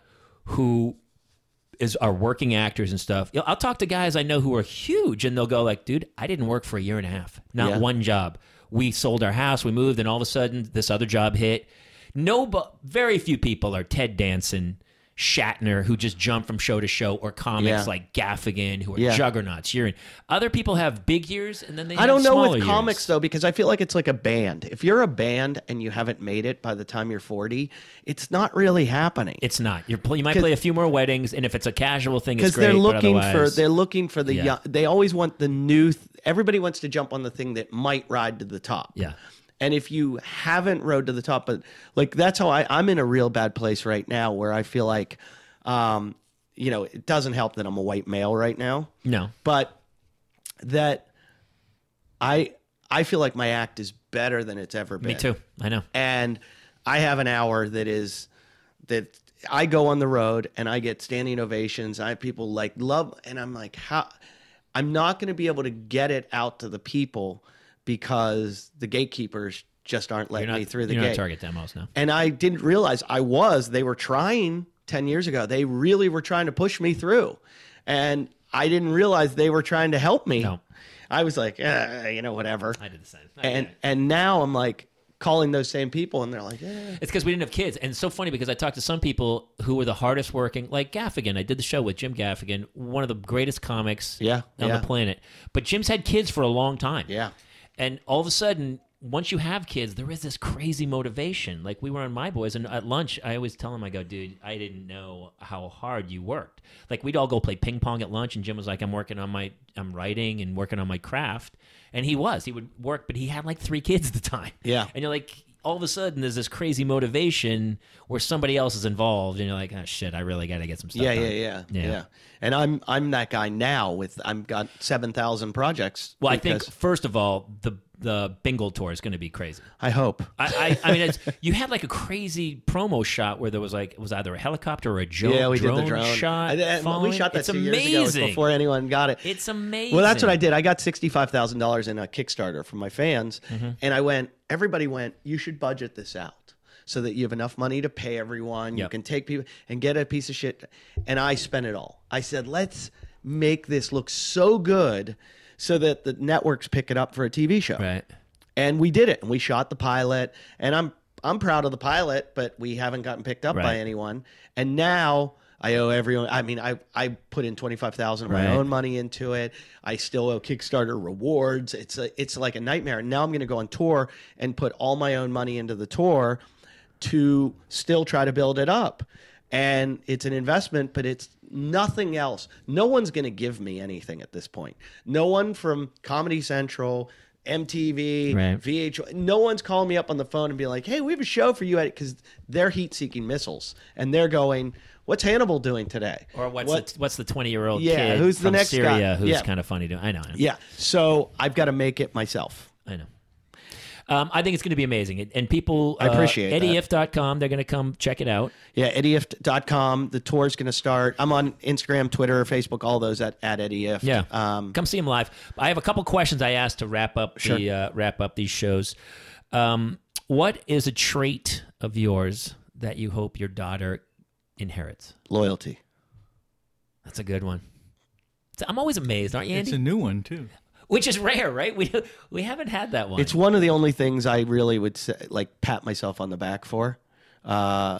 [SPEAKER 1] who is are working actors and stuff. You know, I'll talk to guys I know who are huge and they'll go like, "Dude, I didn't work for a year and a half. Not
[SPEAKER 2] Yeah.
[SPEAKER 1] one job. We sold our house, we moved, and all of a sudden this other job hit." No, but very few people are Ted Danson, Shatner, who just jump from show to show, or comics
[SPEAKER 2] Yeah.
[SPEAKER 1] like Gaffigan, who are
[SPEAKER 2] Yeah.
[SPEAKER 1] juggernauts. You're in. Other people have big years, and then they.
[SPEAKER 2] I
[SPEAKER 1] have
[SPEAKER 2] don't know
[SPEAKER 1] smaller
[SPEAKER 2] with
[SPEAKER 1] years.
[SPEAKER 2] comics though because I feel like it's like a band. If you're a band and you haven't made it by the time you're 40, it's not really happening.
[SPEAKER 1] It's not. You're pl- you might play a few more weddings, and if it's a casual thing, it's
[SPEAKER 2] Because
[SPEAKER 1] great.
[SPEAKER 2] they're looking
[SPEAKER 1] but
[SPEAKER 2] for
[SPEAKER 1] otherwise-
[SPEAKER 2] they're looking for the
[SPEAKER 1] Yeah.
[SPEAKER 2] young, they always want the new th- everybody wants to jump on the thing that might ride to the top.
[SPEAKER 1] Yeah.
[SPEAKER 2] And if you haven't rode to the top, but like that's how I, I'm in a real bad place right now where I feel like um, you know, it doesn't help that I'm a white male right now.
[SPEAKER 1] no.
[SPEAKER 2] but that I I feel like my act is better than it's ever been.
[SPEAKER 1] Me too. I know.
[SPEAKER 2] And I have an hour that is that I go on the road and I get standing ovations. I have people like love and I'm like how I'm not going to be able to get it out to the people because the gatekeepers just aren't letting me through the
[SPEAKER 1] you're
[SPEAKER 2] gate.
[SPEAKER 1] not target demos now.
[SPEAKER 2] And I didn't realize I was. They were trying 10 years ago. They really were trying to push me through. And I didn't realize they were trying to help me.
[SPEAKER 1] No.
[SPEAKER 2] I was like, eh, you know, whatever.
[SPEAKER 1] I did the same.
[SPEAKER 2] And and now I'm like calling those same people and they're like, eh.
[SPEAKER 1] it's because we didn't have kids, and it's so funny because I talked to some people who were the hardest working, like Gaffigan. I did the show with Jim Gaffigan, one of the greatest comics
[SPEAKER 2] Yeah,
[SPEAKER 1] on
[SPEAKER 2] yeah.
[SPEAKER 1] the planet. But Jim's had kids for a long time.
[SPEAKER 2] Yeah.
[SPEAKER 1] and all of a sudden once you have kids, there is this crazy motivation. Like we were on My Boys, and at lunch, I always tell him, I go, dude, I didn't know how hard you worked. Like we'd all go play ping pong at lunch, and Jim was like, I'm working on my, I'm writing and working on my craft. And he was, he would work, but he had like three kids at the time.
[SPEAKER 2] Yeah.
[SPEAKER 1] And you're like, all of a sudden, there's this crazy motivation where somebody else is involved, and you're like, oh shit, I really got to get some stuff
[SPEAKER 2] Yeah,
[SPEAKER 1] done.
[SPEAKER 2] yeah, yeah,
[SPEAKER 1] Yeah.
[SPEAKER 2] yeah, And I'm I'm that guy now with I've got seven thousand projects.
[SPEAKER 1] Well, I
[SPEAKER 2] because-
[SPEAKER 1] think first of all, the the bingle tour is going to be crazy.
[SPEAKER 2] I hope.
[SPEAKER 1] I, I, I mean, it's, you had like a crazy promo shot where there was like it was either a helicopter or a jo-
[SPEAKER 2] yeah, we
[SPEAKER 1] drone,
[SPEAKER 2] did the drone
[SPEAKER 1] shot.
[SPEAKER 2] I- I-
[SPEAKER 1] following.
[SPEAKER 2] we shot that
[SPEAKER 1] It's
[SPEAKER 2] two
[SPEAKER 1] amazing.
[SPEAKER 2] years ago. It was before anyone got it.
[SPEAKER 1] It's amazing.
[SPEAKER 2] Well, that's what I did. I got sixty-five thousand dollars in a Kickstarter from my fans,
[SPEAKER 1] Mm-hmm.
[SPEAKER 2] and I went. Everybody went. You should budget this out so that you have enough money to pay everyone. You
[SPEAKER 1] Yep.
[SPEAKER 2] can take people and get a piece of shit. And I spent it all. I said, let's make this look so good so that the networks pick it up for a TV show.
[SPEAKER 1] Right.
[SPEAKER 2] And we did it. And we shot the pilot. And I'm I'm proud of the pilot, but we haven't gotten picked up by
[SPEAKER 1] Right.
[SPEAKER 2] anyone. And now I owe everyone. I mean, I I put in twenty five thousand of my
[SPEAKER 1] Right.
[SPEAKER 2] own money into it. I still owe Kickstarter rewards. It's a, it's like a nightmare. And now I'm going to go on tour and put all my own money into the tour to still try to build it up. And it's an investment, but it's nothing else. No one's going to give me anything at this point. No one from Comedy Central, MTV,
[SPEAKER 1] Right.
[SPEAKER 2] VH. No one's calling me up on the phone and being like, "Hey, we have a show for you at it," because they're heat-seeking missiles, and they're going, "What's Hannibal doing today?"
[SPEAKER 1] Or what's
[SPEAKER 2] What-
[SPEAKER 1] the, what's the twenty year old
[SPEAKER 2] Yeah,
[SPEAKER 1] kid
[SPEAKER 2] who's the
[SPEAKER 1] from
[SPEAKER 2] next guy?
[SPEAKER 1] Syria who's
[SPEAKER 2] Yeah.
[SPEAKER 1] kind of funny doing? I know. I know.
[SPEAKER 2] yeah. So I've got to make it myself.
[SPEAKER 1] I know. Um, I think it's going to be amazing, And- and people. I
[SPEAKER 2] appreciate
[SPEAKER 1] uh,
[SPEAKER 2] that.
[SPEAKER 1] eddief.com. They're going to come check it out.
[SPEAKER 2] Yeah, eddief.com. The tour's going to start. I'm on Instagram, Twitter, Facebook, all those at, at eddief.
[SPEAKER 1] Yeah,
[SPEAKER 2] Um,
[SPEAKER 1] come see him live. I have a couple questions I asked to wrap up the uh, wrap up these shows. Um, what is a trait of yours that you hope your daughter inherits?
[SPEAKER 2] loyalty.
[SPEAKER 1] That's a good one. So I'm always amazed, aren't you,
[SPEAKER 3] It's
[SPEAKER 1] Andy?
[SPEAKER 3] a new one too.
[SPEAKER 1] Which is rare, right? We we haven't had that one.
[SPEAKER 2] It's one of the only things I really would say, like pat myself on the back for. Uh,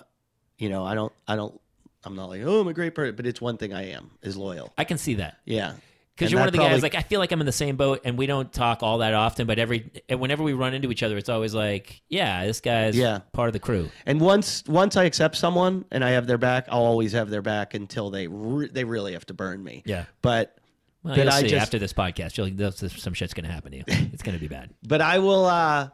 [SPEAKER 2] you know, I don't, I don't, I'm not like, oh, I'm a great person, but it's one thing I am is loyal.
[SPEAKER 1] I can see that.
[SPEAKER 2] Yeah.
[SPEAKER 1] Because
[SPEAKER 2] And
[SPEAKER 1] you're one
[SPEAKER 2] that
[SPEAKER 1] of the
[SPEAKER 2] probably-
[SPEAKER 1] guys, like I feel like I'm in the same boat, and we don't talk all that often. But every and whenever we run into each other, it's always like, yeah, this guy's
[SPEAKER 2] Yeah.
[SPEAKER 1] part of the crew.
[SPEAKER 2] And once once I accept someone and I have their back, I'll always have their back until they re- they really have to burn me.
[SPEAKER 1] Yeah.
[SPEAKER 2] But
[SPEAKER 1] Well,
[SPEAKER 2] But
[SPEAKER 1] you'll
[SPEAKER 2] I
[SPEAKER 1] see
[SPEAKER 2] just-
[SPEAKER 1] after this podcast, you'll, that's- some shit's gonna happen to you. It's gonna be bad.
[SPEAKER 2] but I will. uh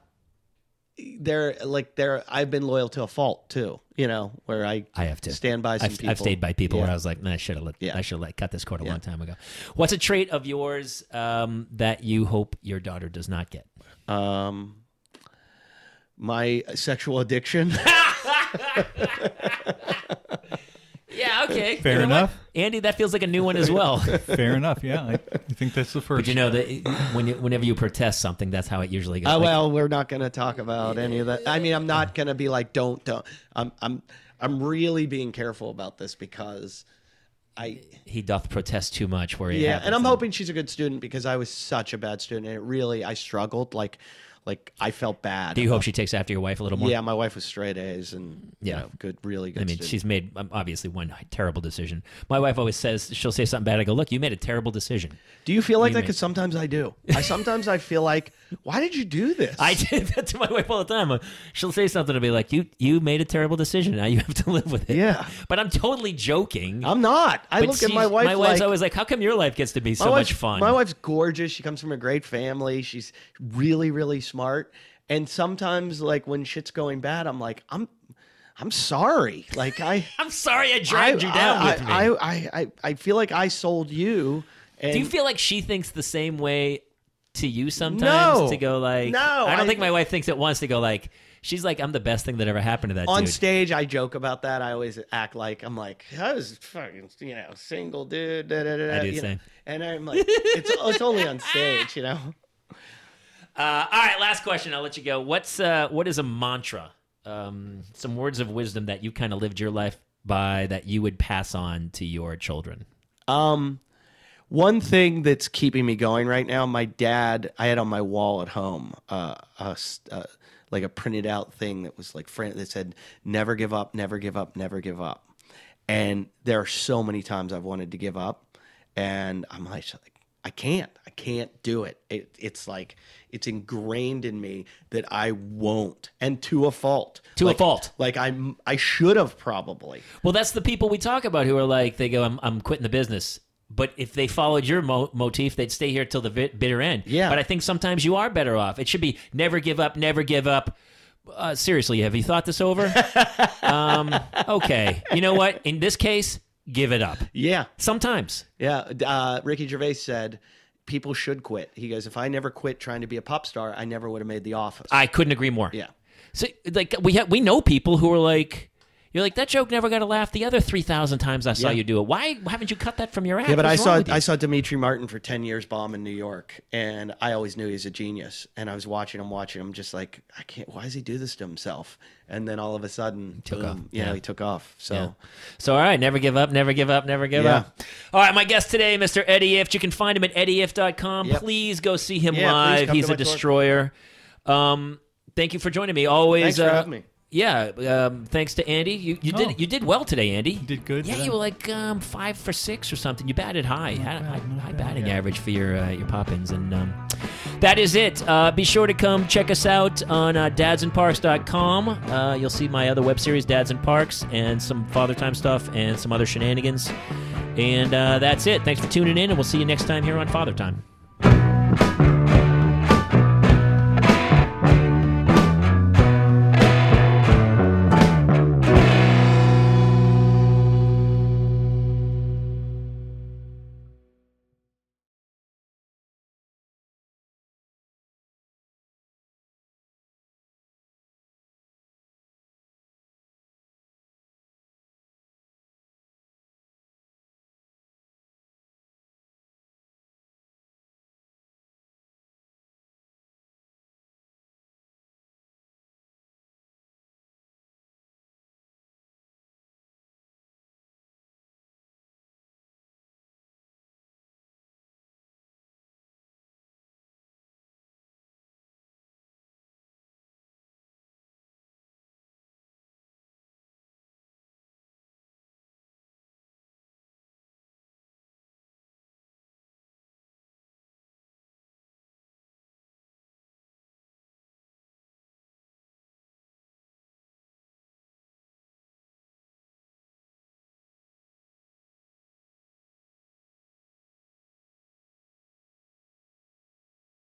[SPEAKER 2] They're like they're. I've been loyal to a fault too. You know where I
[SPEAKER 1] I have to
[SPEAKER 2] stand by some
[SPEAKER 1] I've,
[SPEAKER 2] people.
[SPEAKER 1] I've stayed by people where
[SPEAKER 2] Yeah.
[SPEAKER 1] I was like, man, I should have let,
[SPEAKER 2] Yeah.
[SPEAKER 1] I should have let, cut this cord a long time ago. What's a trait of yours um, that you hope your daughter does not get?
[SPEAKER 2] um my sexual addiction.
[SPEAKER 1] Yeah, okay,
[SPEAKER 3] Fair know what? enough.
[SPEAKER 1] Andy. That feels like a new one as well.
[SPEAKER 3] Fair enough. Yeah, I, I think that's the first.
[SPEAKER 1] but you know that when you, whenever you protest something, that's how it usually goes.
[SPEAKER 2] Uh,
[SPEAKER 1] Like,
[SPEAKER 2] well, we're not going to talk about any of that. I mean, I'm not going to be like, don't, don't. I'm, I'm, I'm really being careful about this because I,
[SPEAKER 1] he doth protest too much. Where it
[SPEAKER 2] yeah.
[SPEAKER 1] happens.
[SPEAKER 2] And I'm hoping she's a good student because I was such a bad student, and it really, I struggled. Like, like I felt bad.
[SPEAKER 1] Do you hope she takes after your wife a little more?
[SPEAKER 2] yeah, my wife was straight A's and yeah,
[SPEAKER 1] Yeah.
[SPEAKER 2] good, really good.
[SPEAKER 1] I mean,
[SPEAKER 2] student.
[SPEAKER 1] she's made um, obviously one terrible decision. My wife always says she'll say something bad. I go, "Look, you made a terrible decision."
[SPEAKER 2] do you feel like that?
[SPEAKER 1] mean-
[SPEAKER 2] Because sometimes I do. I sometimes I feel like, why did you do this?
[SPEAKER 1] I did that to my wife all the time. She'll say something and be like, "You you made a terrible decision. Now you have to live with it."
[SPEAKER 2] Yeah.
[SPEAKER 1] but I'm totally joking.
[SPEAKER 2] I'm not. I
[SPEAKER 1] But
[SPEAKER 2] look at
[SPEAKER 1] she's-
[SPEAKER 2] my wife.
[SPEAKER 1] My wife's
[SPEAKER 2] like,
[SPEAKER 1] always like, "How come your life gets to be so
[SPEAKER 2] My
[SPEAKER 1] much
[SPEAKER 2] wife's-
[SPEAKER 1] fun?"
[SPEAKER 2] My wife's gorgeous. She comes from a great family. She's really, really smart. And sometimes, like when shit's going bad, I'm like, I'm, I'm sorry. Like I,
[SPEAKER 1] I'm sorry I
[SPEAKER 2] I,
[SPEAKER 1] dragged you down
[SPEAKER 2] I,
[SPEAKER 1] with me.
[SPEAKER 2] I, I, I, I feel like I sold you. And
[SPEAKER 1] Do you feel like she thinks the same way to you sometimes?
[SPEAKER 2] No.
[SPEAKER 1] to go like,
[SPEAKER 2] No,
[SPEAKER 1] I don't
[SPEAKER 2] I-
[SPEAKER 1] think my wife thinks it wants to go like. She's like, "I'm the best thing that ever happened to that
[SPEAKER 2] on
[SPEAKER 1] dude."
[SPEAKER 2] stage, I joke about that. I always act like I'm like I was fucking, you know, single dude. Da, da, da, da,
[SPEAKER 1] do
[SPEAKER 2] you
[SPEAKER 1] the
[SPEAKER 2] know.
[SPEAKER 1] same.
[SPEAKER 2] And I'm like, it's it's only on stage, you know.
[SPEAKER 1] Uh, all right, last question. I'll let you go. What's uh, what is a mantra? Um, some words of wisdom that you kind of lived your life by that you would pass on to your children.
[SPEAKER 2] Um, one thing that's keeping me going right now, my dad, I had on my wall at home, uh, a s uh, like a printed out thing that was like friend that said, "Never give up, never give up, never give up." And there are so many times I've wanted to give up, and I'm like, I can't. I can't do it. it. It's like it's ingrained in me that I won't, and to a fault.
[SPEAKER 1] To a
[SPEAKER 2] Like-
[SPEAKER 1] fault.
[SPEAKER 2] Like I'm. I should have probably.
[SPEAKER 1] Well, that's the people we talk about who are like, they go, I'm, I'm quitting the business. But if they followed your mo- motif, they'd stay here till the bit- bitter end.
[SPEAKER 2] Yeah.
[SPEAKER 1] But I think sometimes you are better off. It should be never give up, never give up. Uh, seriously, have you thought this over? um, okay. You know what? In this case, give it up.
[SPEAKER 2] Yeah.
[SPEAKER 1] Sometimes.
[SPEAKER 2] Yeah, uh, Ricky Gervais said people should quit. He goes, if I never quit trying to be a pop star, I never would have made The Office.
[SPEAKER 1] I couldn't agree more.
[SPEAKER 2] yeah,
[SPEAKER 1] So, like, we ha- we know people who are like, you're like that joke never got a laugh. The other three thousand times I saw
[SPEAKER 2] Yeah.
[SPEAKER 1] you do it. Why haven't you cut that from your act?
[SPEAKER 2] yeah. But I
[SPEAKER 1] What's
[SPEAKER 2] saw
[SPEAKER 1] wrong with you?
[SPEAKER 2] I saw Dimitri Martin for ten years bomb in New York, and I always knew he was a genius. And I was watching him, watching him, just like I can't. Why does he do this to himself? And then all of a sudden, took
[SPEAKER 1] off.
[SPEAKER 2] boom, you know, he took off. So.
[SPEAKER 1] So, all right, never give up, never give up, never give
[SPEAKER 2] Yeah.
[SPEAKER 1] up. All right, my guest today, Mr. Eddie Ift. You can find him at eddyift.com.
[SPEAKER 2] Yep.
[SPEAKER 1] Please go see him
[SPEAKER 2] Yeah, please
[SPEAKER 1] live.
[SPEAKER 2] come
[SPEAKER 1] He's
[SPEAKER 2] to
[SPEAKER 1] a
[SPEAKER 2] my tour.
[SPEAKER 1] destroyer. Um, thank you for joining me. Always.
[SPEAKER 2] Thanks for
[SPEAKER 1] uh,
[SPEAKER 2] having me.
[SPEAKER 1] Yeah. Um, thanks to Andy. You, you
[SPEAKER 3] Oh.
[SPEAKER 1] did you did well today, Andy. You
[SPEAKER 3] did good
[SPEAKER 1] Yeah,
[SPEAKER 3] today.
[SPEAKER 1] you were like um, five for six or something. You batted high. Had a high,
[SPEAKER 3] not
[SPEAKER 1] high
[SPEAKER 3] bad,
[SPEAKER 1] batting
[SPEAKER 3] yeah.
[SPEAKER 1] average for your uh, your Poppins and. Um, that is it. Uh, be sure to come check us out on uh, dadsandparks.com. Uh, you'll see my other web series, Dads and Parks, and some Father Time stuff and some other shenanigans. And uh, that's it. Thanks for tuning in, and we'll see you next time here on Father Time.